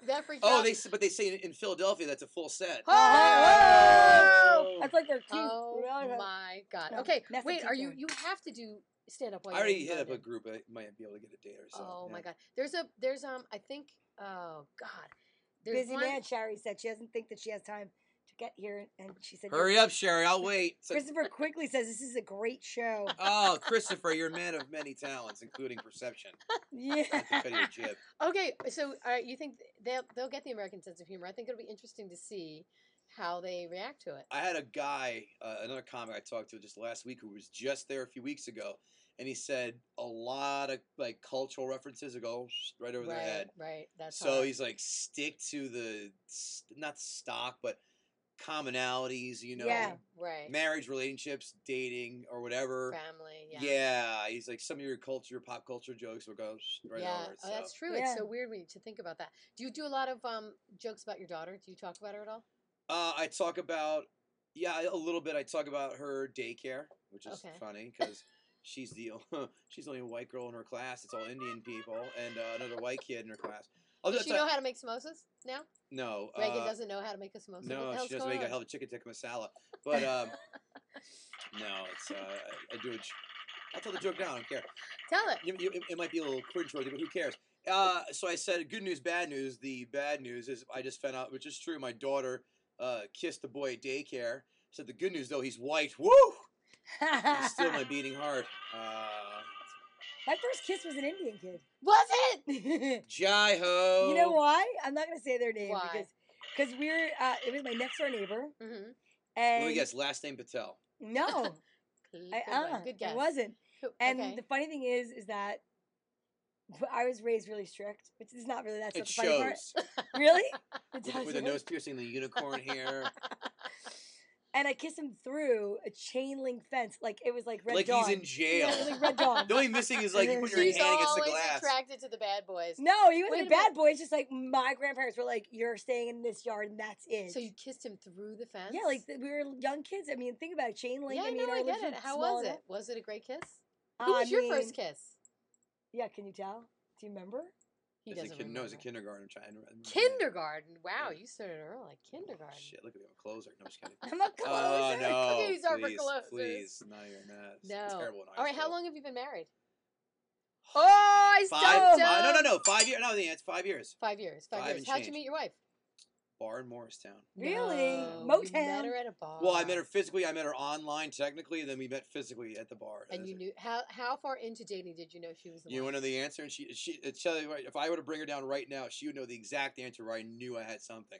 B: Did that freak you
C: Oh,
B: out?
C: they s- but they say in- in Philadelphia that's a full set.
A: Oh!
C: Oh.
A: That's like their teeth.
B: Oh
A: Really?
B: my God!
A: No,
B: Okay,
A: that's the
B: wait.
A: teeth
B: Are you?
A: going.
B: You have to do stand up while
C: I
B: you're
C: already
B: in
C: hit up a
B: London.
C: group. I might be able to get a date or something.
B: oh my
C: yeah.
B: God! There's a there's um I think oh God there's
A: Busy
B: one
A: man, Shari said. She doesn't think that she has time to get here. And she said,
C: Hurry up, Sherry. I'll wait. It's like,
A: Christopher quickly says, This is a great show.
C: oh, Christopher, you're a man of many talents, including perception.
A: yeah.
C: Not to cut your jib.
B: Okay, uh, so all right, you think they'll they'll get the American sense of humor? I think it'll be interesting to see how they react to it.
C: I had a guy, uh, another comic I talked to just last week, who was just there a few weeks ago, and he said a lot of like cultural references that go right over their
B: Right,
C: head.
B: right. That's
C: so
B: hard.
C: he's like, stick to the s- not stock, but commonalities. You know,
A: Yeah.
B: right.
C: marriage, relationships, dating, or whatever.
B: Family. Yeah.
C: Yeah. he's like some of your culture, pop culture jokes will go right
B: yeah.
C: over. it,
B: Oh,
C: so.
B: that's true. It's
A: Yeah.
B: so weird when you, to think about that. Do you do a lot of um jokes about your daughter? Do you talk about her at all?
C: Uh, I talk about yeah I- a little bit. I talk about her daycare, which is
B: Okay.
C: funny because she's the o- she's the only white girl in her class. It's all Indian people and uh, another white kid in her class. I'll
B: Does
C: just-
B: she know how to make samosas now?
C: no,
B: Reagan
C: uh,
B: doesn't know how to make a samosa. what
C: no,
B: the
C: she
B: hell's
C: doesn't make a
B: going
C: hell
B: on?
C: of a chicken tikka masala. But um, no, it's uh, I, I do. A, j- I'll tell the joke now. I don't care.
B: Tell it.
C: You, you, it, it might be a little cringeworthy, but who cares? Uh, so I said, good news, bad news. The bad news is I just found out, which is true. My daughter uh, kissed the boy at daycare. Said the good news though, he's white. Woo! It's still my beating heart. Uh,
A: My first kiss was an Indian kid.
B: Was it?
C: Jai ho!
A: You know why? I'm not gonna say their name
B: Why?
A: because because we're uh, it was my next door neighbor
B: Mm-hmm.
A: and
C: Let me guess. Last name Patel.
A: no, I,
B: Good,
A: uh,
B: one. Good guess.
A: It wasn't.
B: Who-
A: And
B: okay.
A: the funny thing is, is that I was raised really strict, which is not really that's
C: It
A: not the funny part.
C: shows
A: Really, It
C: with, with the
A: doesn't.
C: nose piercing, the unicorn hair,
A: And I kissed him through a chain link fence, like it was like red
C: like
A: dawn.
C: he's in
A: Yeah,
C: jail.
A: it was like red dawn.
C: the only missing is like you put your
B: She's
C: hand against the
B: always
C: glass.
B: attracted to the bad boys.
A: No, he
B: Wait
A: wasn't
B: a
A: a bad boy. It's just like my grandparents were like, "You're staying in this yard, and that's it."
B: So you kissed him through the fence?
A: yeah, like th- we were young kids. I mean, think about it, chain link.
B: yeah,
A: I mean,
B: no,
A: our
B: I
A: lips
B: get it.
A: were
B: How
A: small
B: was
A: enough.
B: it? Was it a great kiss? Who was
A: I
B: your first
A: mean,
B: kiss?
A: Yeah, can you tell? Do you remember?
B: He
C: As a
B: doesn't
C: kid, no, as a
B: remember.
C: kindergarten. I'm trying to remember.
B: Kindergarten. Wow,
C: Yeah. Oh,
B: you started early. Kindergarten.
C: Shit, look at me. I'm a closer. No, I'm just kidding.
A: I'm a closer.
C: Oh no!
B: Cookies are for
C: please,
B: closers.
C: please, not even that. It's
B: No.
C: Terrible. in high
B: All right, how
C: school.
B: long have you been married? Oh, I
C: Five?
B: stopped.
C: five- no, no,
B: him.
C: no. Five years. No, yeah, it's five years.
B: Five years. Five,
C: Five
B: years.
C: and
B: How'd you
C: change.
B: meet your wife?
C: Bar in Morristown.
A: Really?
B: No, You met
A: Motown.
B: her at a bar.
C: Well, I met her physically. I met her online, technically, and then we met physically at the bar.
B: And
C: That's
B: you
C: it.
B: knew how how far into dating did you know she was the
C: You
B: one?
C: want to know the answer? And she, she, it's tell you what, if I were to bring her down right now, she would know the exact answer. Where I knew I had something,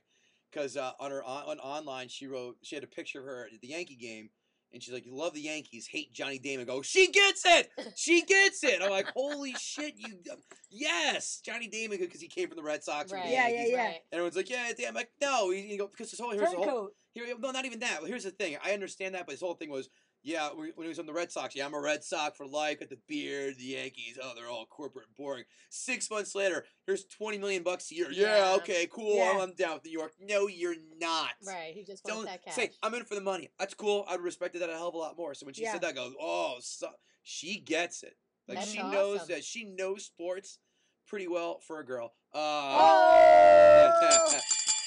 C: because uh, on her on, on online, she wrote, she had a picture of her at the Yankee game, and she's like, "You love the Yankees, hate Johnny Damon." I Go, she gets it, she gets it. I'm like, "Holy shit, you, yes, Johnny Damon, because he came from the Red Sox." From
B: Right.
C: the
A: Yeah,
C: Yankees.
A: yeah, yeah.
B: Right.
C: And everyone's like, "Yeah, damn." I'm like, no, he, you know, because this whole here's the whole
A: Turncoat.
C: here, no, not even that. Here's the thing. I understand that, but this whole thing was, yeah, when when he was on the Red Sox, yeah, I'm a Red Sox for life. Got the beard, the Yankees. Oh, they're all corporate and boring. Six months later, here's twenty million bucks a year. Yeah,
B: Yeah.
C: okay, cool.
A: Yeah.
C: I'm- I'm down with New York. No, you're not.
B: Right. He just
C: Don't
B: wants that cash.
C: say I'm in it for the money. That's cool. I'd respected that a hell of a lot more. So when she
A: Yeah.
C: said that, I go, oh, so, she gets it. Like
B: That's
C: she knows
B: awesome.
C: that she knows sports pretty well for a girl. Uh,
A: Oh!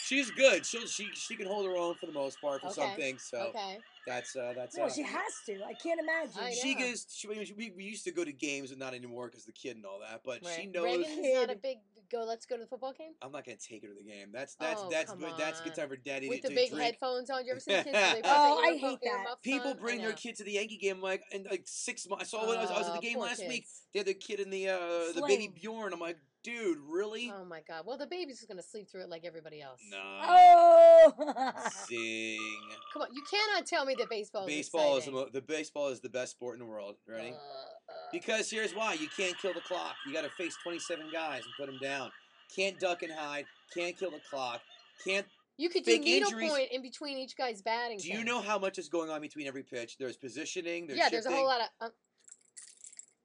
C: She's good. She'll, she she can hold her own for the most part for some
B: Okay.
C: things. So
B: okay.
C: that's uh, that's.
A: no,
C: uh,
A: she has to. I can't imagine.
B: I
C: She
B: know.
C: goes. She, we, we- we used to go to games, and not anymore because the kid and all that. But she
B: Right.
C: knows.
B: Reagan's not a
A: Kid.
B: big go. Let's go to the football game
C: I'm not gonna take her to the game. That's that's
B: Oh,
C: that's
B: come
C: that's good
B: on.
C: time for daddy
B: with
C: to,
B: the
C: to
B: big
C: drink.
B: headphones on. You ever see the kids? where they put
A: Oh,
B: the
A: I
B: earphone-
A: hate that.
B: earmuffs
C: People
B: on? I
C: bring their
B: know.
C: kid to the Yankee game like in like six months. I saw when I was, I was at
B: Oh,
C: the game
B: poor
C: last week.
B: kids.
C: They had the kid in the uh, the
A: Sling.
C: baby Bjorn. I'm like, dude, really?
B: Oh my god. Well, the baby's just gonna sleep through it like everybody else.
C: Nah.
A: Oh.
C: Zing.
B: Come on, you cannot tell me that baseball.
C: Baseball is the,
B: exciting.
C: mo- the baseball is the best sport in the world. Ready?
B: Uh, uh,
C: Because here's why: you can't kill the clock. You got to face 27 guys and put them down. Can't duck and hide. Can't kill the clock. Can't.
B: You could do
C: Big injuries-
B: needlepoint in between each guy's batting.
C: Do you
B: thing.
C: know how much is going on between every pitch? There's positioning. There's
B: yeah, there's a whole lot of. Um,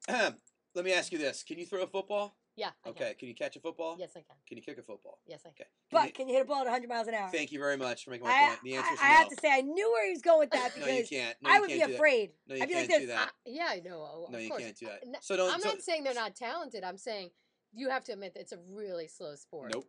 C: lot. Let me ask you this: Can you throw a football?
B: yeah. I
C: Okay. Can you catch a football?
B: Can. Yes, I can.
C: Can you kick a football?
B: Yes, I can.
C: Okay. Can
A: But
C: you-
A: can you hit a ball at 100 miles an hour?
C: thank you very much for making my
A: I,
C: point. The answer
A: I,
C: is
A: I
C: no.
A: have to say, I knew where he was going with that
C: no, you
A: because
C: can't. No,
A: I
C: you
A: would
C: can't
A: be
C: do that.
A: afraid.
C: No, you
A: I'd be
C: can't
A: like
C: do
A: this.
C: that.
B: I- yeah, I know. oh,
C: No,
B: of
C: you
B: course.
C: can't do that.
B: I- n-
C: So don't.
B: I'm
C: so-
B: not saying they're not talented. I'm saying you have to admit that it's a really slow sport.
C: nope.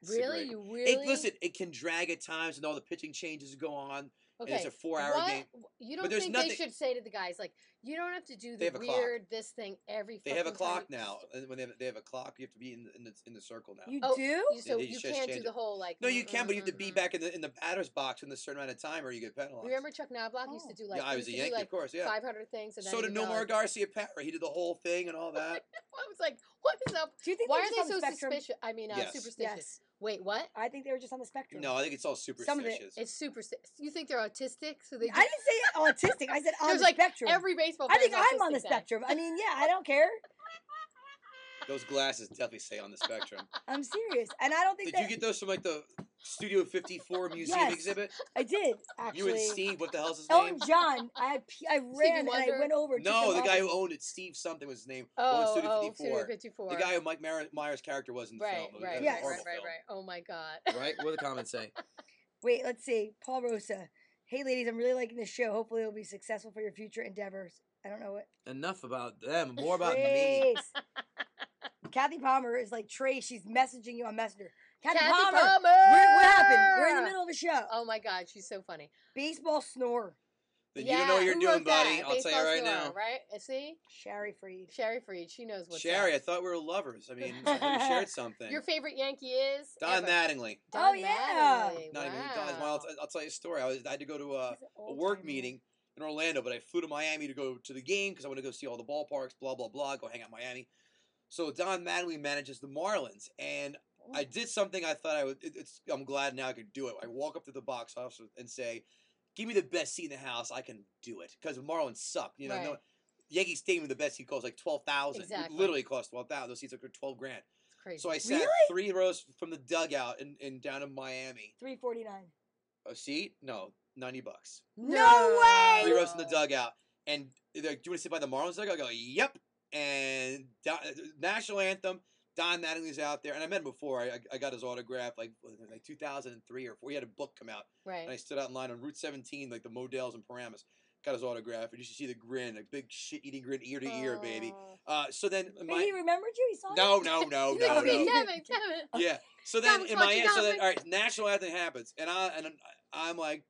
C: It's a
B: Really,
C: great-
B: you
C: It-
B: really.
C: listen, it can drag at times, and all the pitching changes go on.
B: Okay.
C: And it's a four-hour
B: what-
C: game.
B: You
C: But
B: don't
C: there's
B: think
C: nothing-
B: they should say to the guys like, you don't have to do the
C: have a clock.
B: weird this thing every.
C: They have a
B: fucking time
C: clock
B: you-
C: now, and when they have, they have a clock, you have to be in the, in the, in the circle now.
A: You
B: Oh,
A: do?
B: You, so
C: they
B: you
C: just
B: can't
C: change
B: do
C: it.
B: the whole like.
C: no, you can, but you have to
B: mm,
C: be
B: mm,
C: back in the in the batter's box in a certain amount of time, or you get
B: mm.
C: penalized.
B: Remember Chuck Knobloch used
A: Oh.
B: to do like.
C: yeah, I
B: he used
C: was a
B: to do,
C: Yankee,
B: like
C: of course. Yeah.
B: 500 things. And
C: So
B: then
C: did
B: he would,
C: Nomar
B: like-
C: Garcia Parra. He did the whole thing and all that.
B: I was like, what is up?
A: Do you think
B: Why
A: they're
B: are
A: just on
B: they so
A: the spectrum?
B: suspicious? I mean, uh,
C: Yes.
B: superstitious.
A: Yes.
B: Wait, what?
A: I think they were just on the spectrum.
C: No, I think it's all
A: Some of it-
C: superstitious.
B: It's superstitious. You think they're autistic? So they.
A: I didn't say autistic. I said on
B: There's
A: the
B: like
A: spectrum.
B: Every baseball.
A: I think
B: player's
A: I'm on the
B: autistic then.
A: spectrum. I mean, yeah, I don't care.
C: Those glasses definitely say on the spectrum.
A: I'm serious, and I don't think
C: Did
A: that
C: you get those from like the Studio 54 museum
A: Yes.
C: exhibit?
A: I did
C: You
A: actually.
C: and Steve, what the hell's his
B: Oh,
C: name?
A: Elton John. I had p- I ran and I
B: Wonder?
A: went over. and took
C: No,
A: them
C: the guy who
A: off.
C: owned it, Steve something was his name. owned
B: Oh,
C: Studio
B: oh,
C: 54.
B: 54.
C: The guy who Mike Mar- Myers' character was in the
B: Right, right,
C: film. It was a
B: right,
A: Yes.
B: right,
C: horrible
B: right, right,
C: film.
B: Oh my god.
C: Right? What do the comments say?
A: Wait, let's see. Paul Rosa. Hey, ladies, I'm really liking this show. Hopefully, it'll be successful for your future endeavors. I don't know what.
C: Enough about them. More about me.
A: Trace. Kathy Palmer is like Trey. She's messaging you on Messenger. Kathy,
B: Kathy
A: Palmer.
B: Palmer!
A: We're- what happened? We're in the middle of a show.
B: Oh my god, she's so funny.
A: Baseball snore.
C: Then you don't know what
B: Yeah,
C: you're
B: who
C: doing,
B: wrote that?
C: buddy. I'll tell you
B: Baseball
C: right
B: Snore,
C: now.
B: Right? Uh, See,
A: Sherry Freed.
B: Sherry Freed, she knows what's
C: Sherry, I
B: up.
C: thought we were lovers. I mean, I thought we shared something.
B: Your favorite Yankee is
C: Don
B: ever.
C: Mattingly.
B: Don
A: Oh, yeah.
B: Mattingly,
C: Not even Don.
B: wow.
C: Well, I'll, I'll tell you a story. I, was, I had to go to a,
A: He's an
C: Uh, a
A: old
C: work
A: timer.
C: meeting in Orlando, but I flew to Miami to go to the game because I want to go see all the ballparks, blah, blah, blah, go hang out in Miami. So Don Mattingly manages the Marlins, and I did something I thought I would. It, it's, I'm glad now I could do it. I walk up to the box office and say, "Give me the best seat in the house. I can do it." Because Marlins suck. You know, no,
B: Right.
C: Yankee Stadium the best seat costs like twelve thousand.
B: Exactly.
C: It literally costs twelve thousand. Those seats are twelve grand.
B: It's crazy.
C: So I sat three rows from the dugout and in, down in Miami.
A: 349.
C: A seat? No, ninety bucks.
A: No way!
C: Three rows in the dugout, and they're like, "Do you want to sit by the Marlins?" dugout?" I go, "Yep." And Don, national anthem. Don Mattingly's out there, and I met him before. I, I- I got his autograph like was it like 2003 or four. He had a book come out, and I
B: right.
C: stood out in line on Route 17, like the Models and Paramus. Got his autograph, and you should see the grin, a big shit-eating grin, ear to ear, baby.
B: Oh.
C: Uh, so then,
A: But he
C: my,
A: remembered you. He saw you?
C: no, no, no,
B: You
C: no,
B: think
C: no
B: it's Kevin, Kevin.
C: yeah. So
B: That
C: then
B: was
C: in
B: what
C: my
B: you
C: so
B: got
C: then
B: me.
C: all right, national anthem happens, and I and I'm- I'm like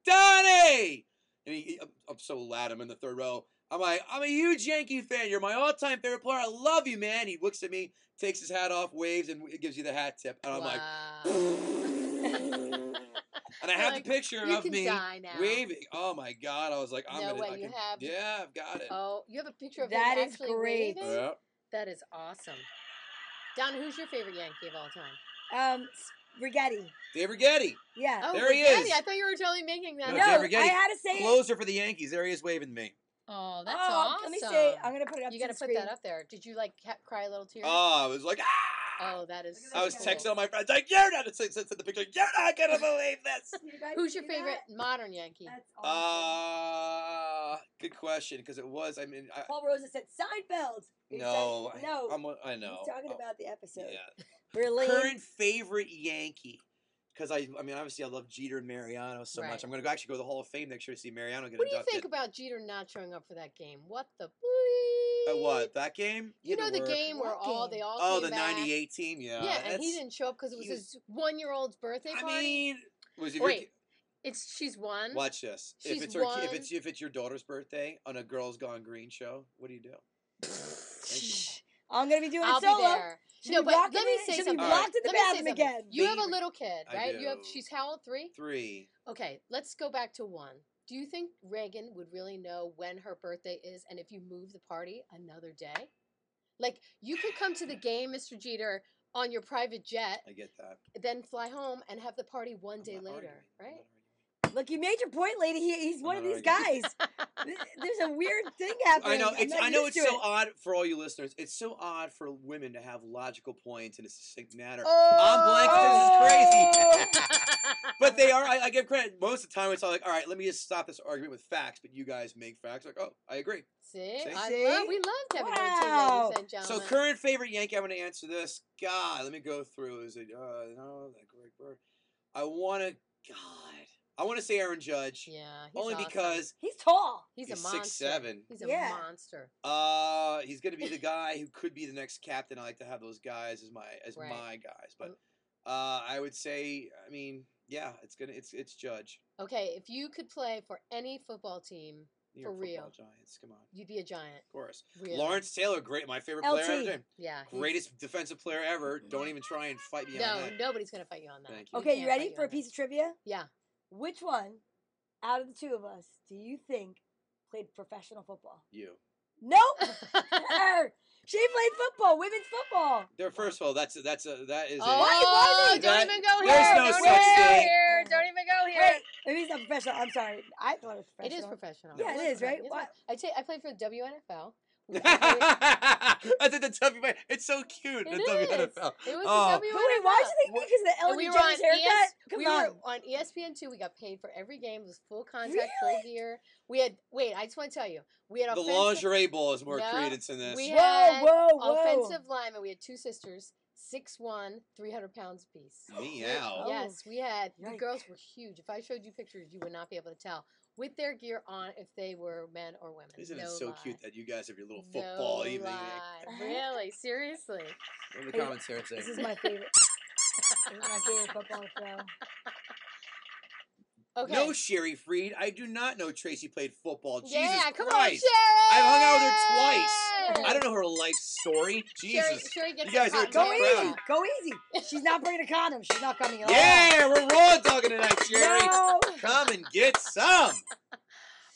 C: Donnie, and he, he- I'm, I'm so loud. I'm in the third row. I'm like, I'm a huge Yankee fan. You're my all-time favorite player. I love you, man. He looks at me, takes his hat off, waves, and gives you the hat tip. And I'm like, and I
B: You're
C: have
B: like,
C: the picture
B: you
C: of
B: can
C: me
B: die now.
C: waving. Oh my god! I was like, I'm
B: No
C: gonna,
B: way,
C: I
B: you
C: can-
B: have-
C: yeah, I've got it.
B: Oh, you have a picture of
A: That
B: him
A: is
B: actually
A: great.
B: waving?
C: yeah.
B: That is awesome. Don, who's your favorite Yankee of all time?
A: Um, Rigetti.
C: Dave Rigetti,
A: Yeah.
B: Oh,
C: There he
B: Rigetti,
C: is.
B: I thought you were totally making that.
C: No,
A: no,
B: up.
C: Dave
A: I
C: Rigetti
A: had to say it.
C: closer for the Yankees. There he is waving to me.
B: Oh, that's
A: oh,
B: awesome.
A: Let me say, I'm going to put it up
B: you
A: to
B: got to
A: the
B: put
A: screen.
B: that up there. Did you like ca- cry a little tear?
C: Oh, I was like, ah!
B: Oh, that is.
A: Look at
B: so
C: I was
A: Yeah.
B: cool.
C: texting all my friends like, "You're not." It's it's- it's in the picture. You're not gonna believe this.
A: You guys
B: Who's
A: see
B: your favorite
A: that?
B: modern Yankee?
A: That's
C: Uh,
A: awesome.
C: Ah, good question. Because it was. I mean, I,
A: Paul Rosa said Seinfeld. He's
C: no,
A: talking-
C: I-
A: no.
C: I'm, a- I know.
A: He's talking
C: Oh,
A: about the episode.
C: yeah.
A: Really?
C: Current favorite Yankee. Because I, I mean, obviously, I love Jeter and Mariano so
B: Right.
C: much. I'm gonna go actually go to the Hall of Fame next year to see Mariano get
B: What do you
C: inducted.
B: think about Jeter not showing up for that game? What the bleep?
C: At what that game? He
B: You
C: had
B: know
C: to
B: the
C: work.
B: game where
A: What
B: all
A: game?
B: they all
C: Oh,
B: came
C: the
B: back?
C: '98 team.
B: Yeah,
C: Yeah.
B: and he
C: that's-
B: didn't show up because it
C: he
B: was,
C: was-
B: his one-year-old's birthday
C: I
B: party.
C: mean, was it your
B: Wait,
C: ki-
B: it's she's one.
C: Watch this. if
B: She's
C: it's her, ki- if
B: one.
C: it's if it's your daughter's birthday on a Girls Gone Green show, what do you do?
A: Shh. I'm going to be doing
B: I'll
A: it solo.
B: be there.
A: She'll
B: no,
A: be
B: but
A: walking
B: let me
A: in-
B: say
A: she'll
B: something.
A: be
C: All
A: locked in the
B: Let me say
A: bathroom
B: something.
A: again.
B: You have a
C: Favorite.
B: little kid,
C: I
B: right? You have.
C: do.
B: She's how old? Three.
C: Three.
B: Okay, let's go back to one. Do you think Reagan would really know when her birthday is and if you move the party another day? Like, you could come to the game, Mr. Jeter, on your private jet,
C: I get that.
B: then fly home and have the party one
C: I'm
B: day
C: not
B: later,
C: arguing. I'm
B: right?
C: not arguing.
A: Look, you made your point, lady. He, he's one of
C: not
A: these guys. Th-
C: arguing.
A: There's a weird thing happening.
C: I know.
A: I'm
C: It's,
A: not
C: I know
A: used
C: it's
A: to
C: so
A: it.
C: odd for all you listeners. It's so odd for women to have logical points in a succinct manner.
B: Oh,
C: I'm blank. 'cause This is crazy. but they are. I, I give credit. Most of the time, it's all like, all right, let me just stop this argument with facts. But you guys make facts. Like, oh, I agree.
B: See,
C: See?
B: I
A: See?
B: love, we love Kevin
A: Wow.
B: ladies and gentlemen.
C: So current favorite Yankee, I'm going to answer this. God, let me go through. Is it uh, no that great bird? I want to. God, I want to say Aaron Judge
B: yeah, he's
C: only
B: awesome.
C: because
A: Oh, He's tall.
B: he's,
C: he's
B: a monster.
C: 6'7".
B: He's a
A: Yeah.
B: monster.
C: uh, he's going to be the guy who could be the next captain. I like to have those guys as my as
B: Right.
C: my guys. But
B: Mm.
C: uh, I would say, I mean, yeah, it's gonna it's it's Judge.
B: Okay, if you could play for any football team,
C: New York
B: For
C: Football
B: real.
C: Giants. Come on, of
B: you'd be a giant.
C: course.
B: Really.
C: Lawrence Taylor, great, my favorite player
A: LT.
C: ever. Jim.
B: Yeah. he's-
C: Greatest defensive player ever. Don't even try and fight me on
B: No,
C: that.
B: nobody's gonna fight you on that.
C: Thank you.
B: We
A: Okay,
B: can't
A: you
B: fight
A: ready for
B: on
A: a
B: that.
A: piece of trivia?
B: Yeah.
A: Which one out of the two of us do you think played professional football?
C: You.
A: Nope. her. She played football, women's football.
C: There, first of all, that's a, that's a that is
B: oh,
C: a.
A: Why
C: wasn't
B: don't
C: that-
B: even go here.
C: there's
A: no
B: don't
A: such
B: even go
A: thing.
B: here. Don't even go here.
A: Wait, maybe it's not professional. I'm sorry. I thought it was
B: It
A: professional.
B: is professional.
A: Yeah, it is, right?
B: Yes,
A: Why-
B: I ta- I played for the WNFL. We- I
C: that's at the WNFL. It's so cute.
B: played- it
C: the
B: is.
C: WNFL.
B: It was the
C: Oh.
A: But
B: WNFL.
A: wait, why do they
C: What-
A: think because of the
B: And
A: Ellen
B: we were on
A: DeGeneres haircut?
B: ES
A: Come
B: we
A: on.
B: were on E ESPN two. We got paid for every game. It was full contact, full
A: Really?
B: gear. We had wait. I just want to tell you, we had
C: The
B: offensive,
C: lingerie ball is more
B: No,
C: credence in this.
B: we
A: whoa,
B: had
A: whoa, whoa.
B: E offensive linemen. We had two sisters, 6'1", 300 pounds apiece.
C: Meow.
A: Oh,
B: Yes, we had the
A: yikes.
B: girls were huge. If I showed you pictures, you would not be able to tell with their gear on if they were men or women.
C: Isn't
B: no
C: it so
B: lie.
C: cute that you guys have your little
B: No
C: football evening?
B: lie. Really, seriously.
C: In the
A: Hey,
C: comments here,
A: This is my favorite. this is my favorite football throw.
B: Okay.
C: No, Sherry Freed. I do not know Tracy played football. Jesus
B: yeah, come
C: Christ.
B: on, Sherry.
C: I've hung out with her
A: twice.
C: I don't know her life story. Jesus.
B: Sherry, Sherry gets
C: You guys
B: her
C: are
B: hot
A: Go
B: tub.
C: proud.
A: easy. Go easy. She's not bringing a condom. She's not coming at all.
B: oh.
C: yeah, we're raw talking tonight, Sherry.
A: No.
C: Come and get some.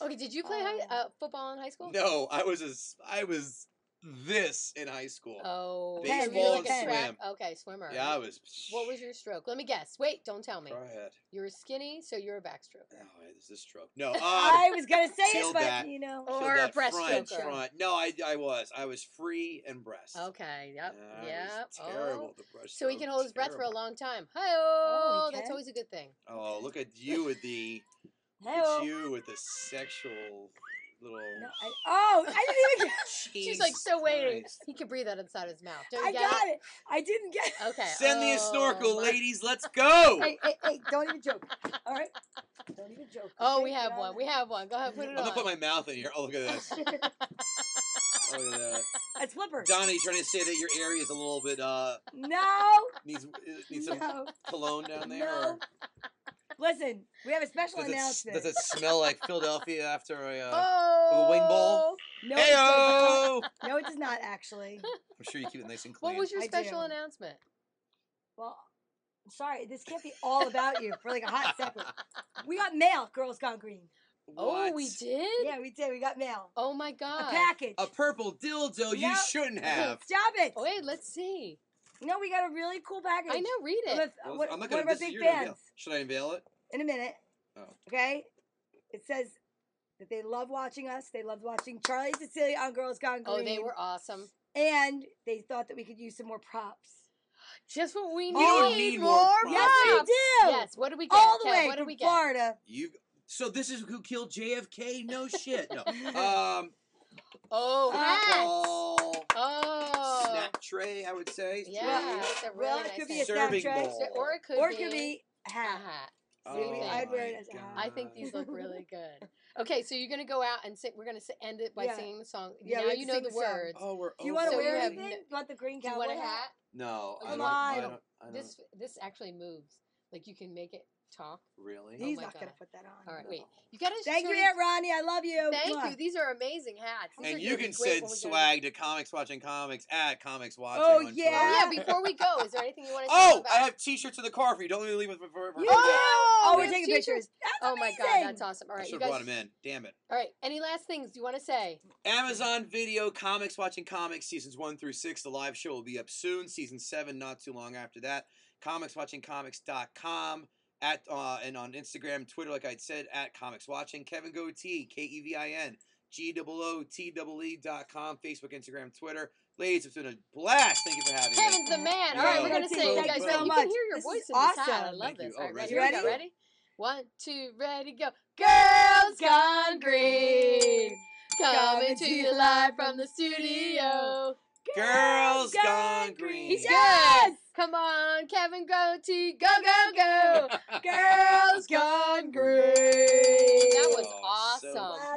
B: Okay, did you play high,
A: Um,
B: uh, football in high school?
C: No, I was a s I was this in high school.
B: Oh,
C: Baseball
B: so you're like
A: and
B: a
C: swim.
B: track. Okay, swimmer.
C: yeah, I was.
B: What was your stroke? Let me guess. Wait, don't tell me.
C: Go ahead.
B: You were skinny, so you're a backstroke.
C: Oh, this is a stroke. No, um,
A: I was gonna say it,
C: Killed
A: but
C: that.
A: you know.
B: Oh.
C: killed
B: or a
C: that
B: breast
C: front,
B: stroker.
C: front. No, I, I was. I was free and breast.
B: Okay. Yep.
C: Yeah, I
B: yep.
C: was terrible.
B: Oh.
C: at The breast
B: So he can
C: stroke,
B: hold his breath for a
C: terrible.
B: long time. Oh,
A: he
B: that's
A: can?
B: always a good thing.
C: Oh, look at you with the Oh, look at
A: Hello.
C: you with the sexual little.
A: No, I, oh, I didn't even.
B: She's like,
C: Jesus
B: so waiting.
C: Christ.
B: He can breathe out inside his mouth. Don't you
A: I
B: get
A: got it. I didn't get.
B: Okay.
C: Send me a
B: oh
C: snorkel,
B: my-
C: ladies. Let's go.
A: Hey, hey, hey! Don't even joke. All right. Don't even joke.
B: Oh,
A: okay?
B: we
A: Get
B: have
A: on
B: one.
A: it.
B: We have one. Go ahead, put
C: I'm
B: it
C: gonna
B: on.
C: put my mouth in here. Oh, look at this. Look at that.
A: That's Flipper.
C: Donna, you trying to say that your area is a little bit uh
A: No.
C: needs uh, needs some
A: no.
C: cologne down there?
A: No. Listen, we have a special
C: Or does, it, s-
A: announcement.
C: does it smell like Philadelphia after a? Uh,
B: oh,
C: wing ball?
A: no, it does.
C: Heyo!
A: no, it does not actually.
C: I'm sure you keep it nice and clean.
B: What was your
A: I
B: special
A: do.
B: announcement?
A: Well, I'm sorry. This can't be all about you for like a hot second. We got mail. Girls Gone Green.
B: Oh, we
C: What?
B: did.
A: Yeah, we did. We got mail.
B: Oh my
A: A
B: god.
A: package.
C: A purple dildo you
A: No.
C: shouldn't have.
A: Stop it.
B: Oh, wait, let's see.
A: No, we got a really cool package.
B: I know. Read
A: One
B: it.
A: of,
C: Well,
A: one-
C: I'm
A: one
C: not gonna
A: of our
C: this is
A: big
C: your unveil.
A: fans.
C: Should I unveil it?
A: in a minute.
C: Oh.
A: Okay? It says that they love watching us. They loved watching Charlie Cecilia on Girls Gone Green.
B: Oh, they were awesome.
A: And they thought that we could use some more props.
B: Just what we need.
C: We don't need more props.
A: Yes, we
B: props.
A: do.
B: Yes. What do we get?
A: All the
B: Kev,
A: way
B: What do
A: from
B: we get?
A: Florida.
C: You. So this is who killed JFK? No shit. No. Um.
B: Oh, hats.
C: football,
B: Oh.
C: Snack tray, I would say.
B: Yeah.
C: tray.
B: that's a
A: Well,
B: really
A: it could
B: nice
A: be a
B: hat.
C: Serving
A: soundtrack.
C: bowl.
B: So- Or it could
A: Or
B: be,
A: it could be a
B: a
A: hat.
B: hat.
A: Really,
C: Oh
A: I'd wear it
C: my
A: as a hat.
B: I think these look really good. Okay, so you're gonna go out and sing. We're gonna si- end it by
A: Yeah.
B: singing the song.
A: Yeah, we
B: now
A: have
B: you
A: to
B: know
A: sing
B: the
A: the song.
B: words.
C: Oh, we're.
A: Do you
C: over
A: want to wear
C: it.
B: have
A: anything? You want the green
B: Do you
A: cowboy
B: want a
A: hat?
B: hat?
C: No, I
B: Come
C: don't. I
A: on.
C: don't. I don't
B: This this actually moves. Like you can make it talk.
C: really.
B: Oh
A: He's
B: my
A: not going
B: God.
A: to put that on.
B: All right,
C: No.
B: wait. You gotta.
A: Thank you,
B: turn-
A: Aunt Ronnie. I love you.
B: Thank
A: Mwah.
B: you. These are amazing hats. These are
C: And
B: gonna
C: you
B: be
C: can
B: great
C: send
B: when we go to-
C: swag to comics watching comics at comics watching.
A: Oh,
C: on
A: yeah.
B: Oh,
C: Twitter.
B: yeah. Before we go, is there anything you want to?
C: Oh, I have T-shirts in the car for you. Don't let me leave with. for- for-
A: You do.
C: for-
A: Oh,
B: we
A: we're
B: have
A: taking
B: t-shirts.
A: pictures. That's
B: Oh my God,
A: amazing.
B: that's awesome. All
C: I
B: right,
C: should
B: you
C: have
B: guys.
C: brought him in. Damn it.
B: All right. Any last things you want to say?
C: Amazon Video Comics Watching Comics seasons one through six. The live show will be up soon. Season seven, not too long after that. ComicsWatchingComics.com. at uh, and on Instagram, Twitter, like I said, at Comics Watching. Kevin Goatee, K E V I N G O O T E E dot com. Facebook, Instagram, Twitter. Ladies, it's been a blast. Thank you for having me.
B: Kevin's the man. All right,
C: Yo.
B: we're gonna say you
C: Thank
B: guys.
C: you
B: ready?
C: so
B: you
A: much.
B: can hear your
A: This
B: voice
A: is
B: in the side. I
A: awesome.
B: love
C: Thank you.
B: this.
C: Oh,
B: All right,
C: ready?
B: ready? Ready?
A: Ready?
B: ready? One, two, ready, go. Girls gone green, coming to you live from the studio.
C: Girls Gone Green.
B: He's
A: Yes!
B: good. Come on, Kevin Goatee, go go go. Girls gone green. That was
C: Oh, so
B: awesome.
A: Wow,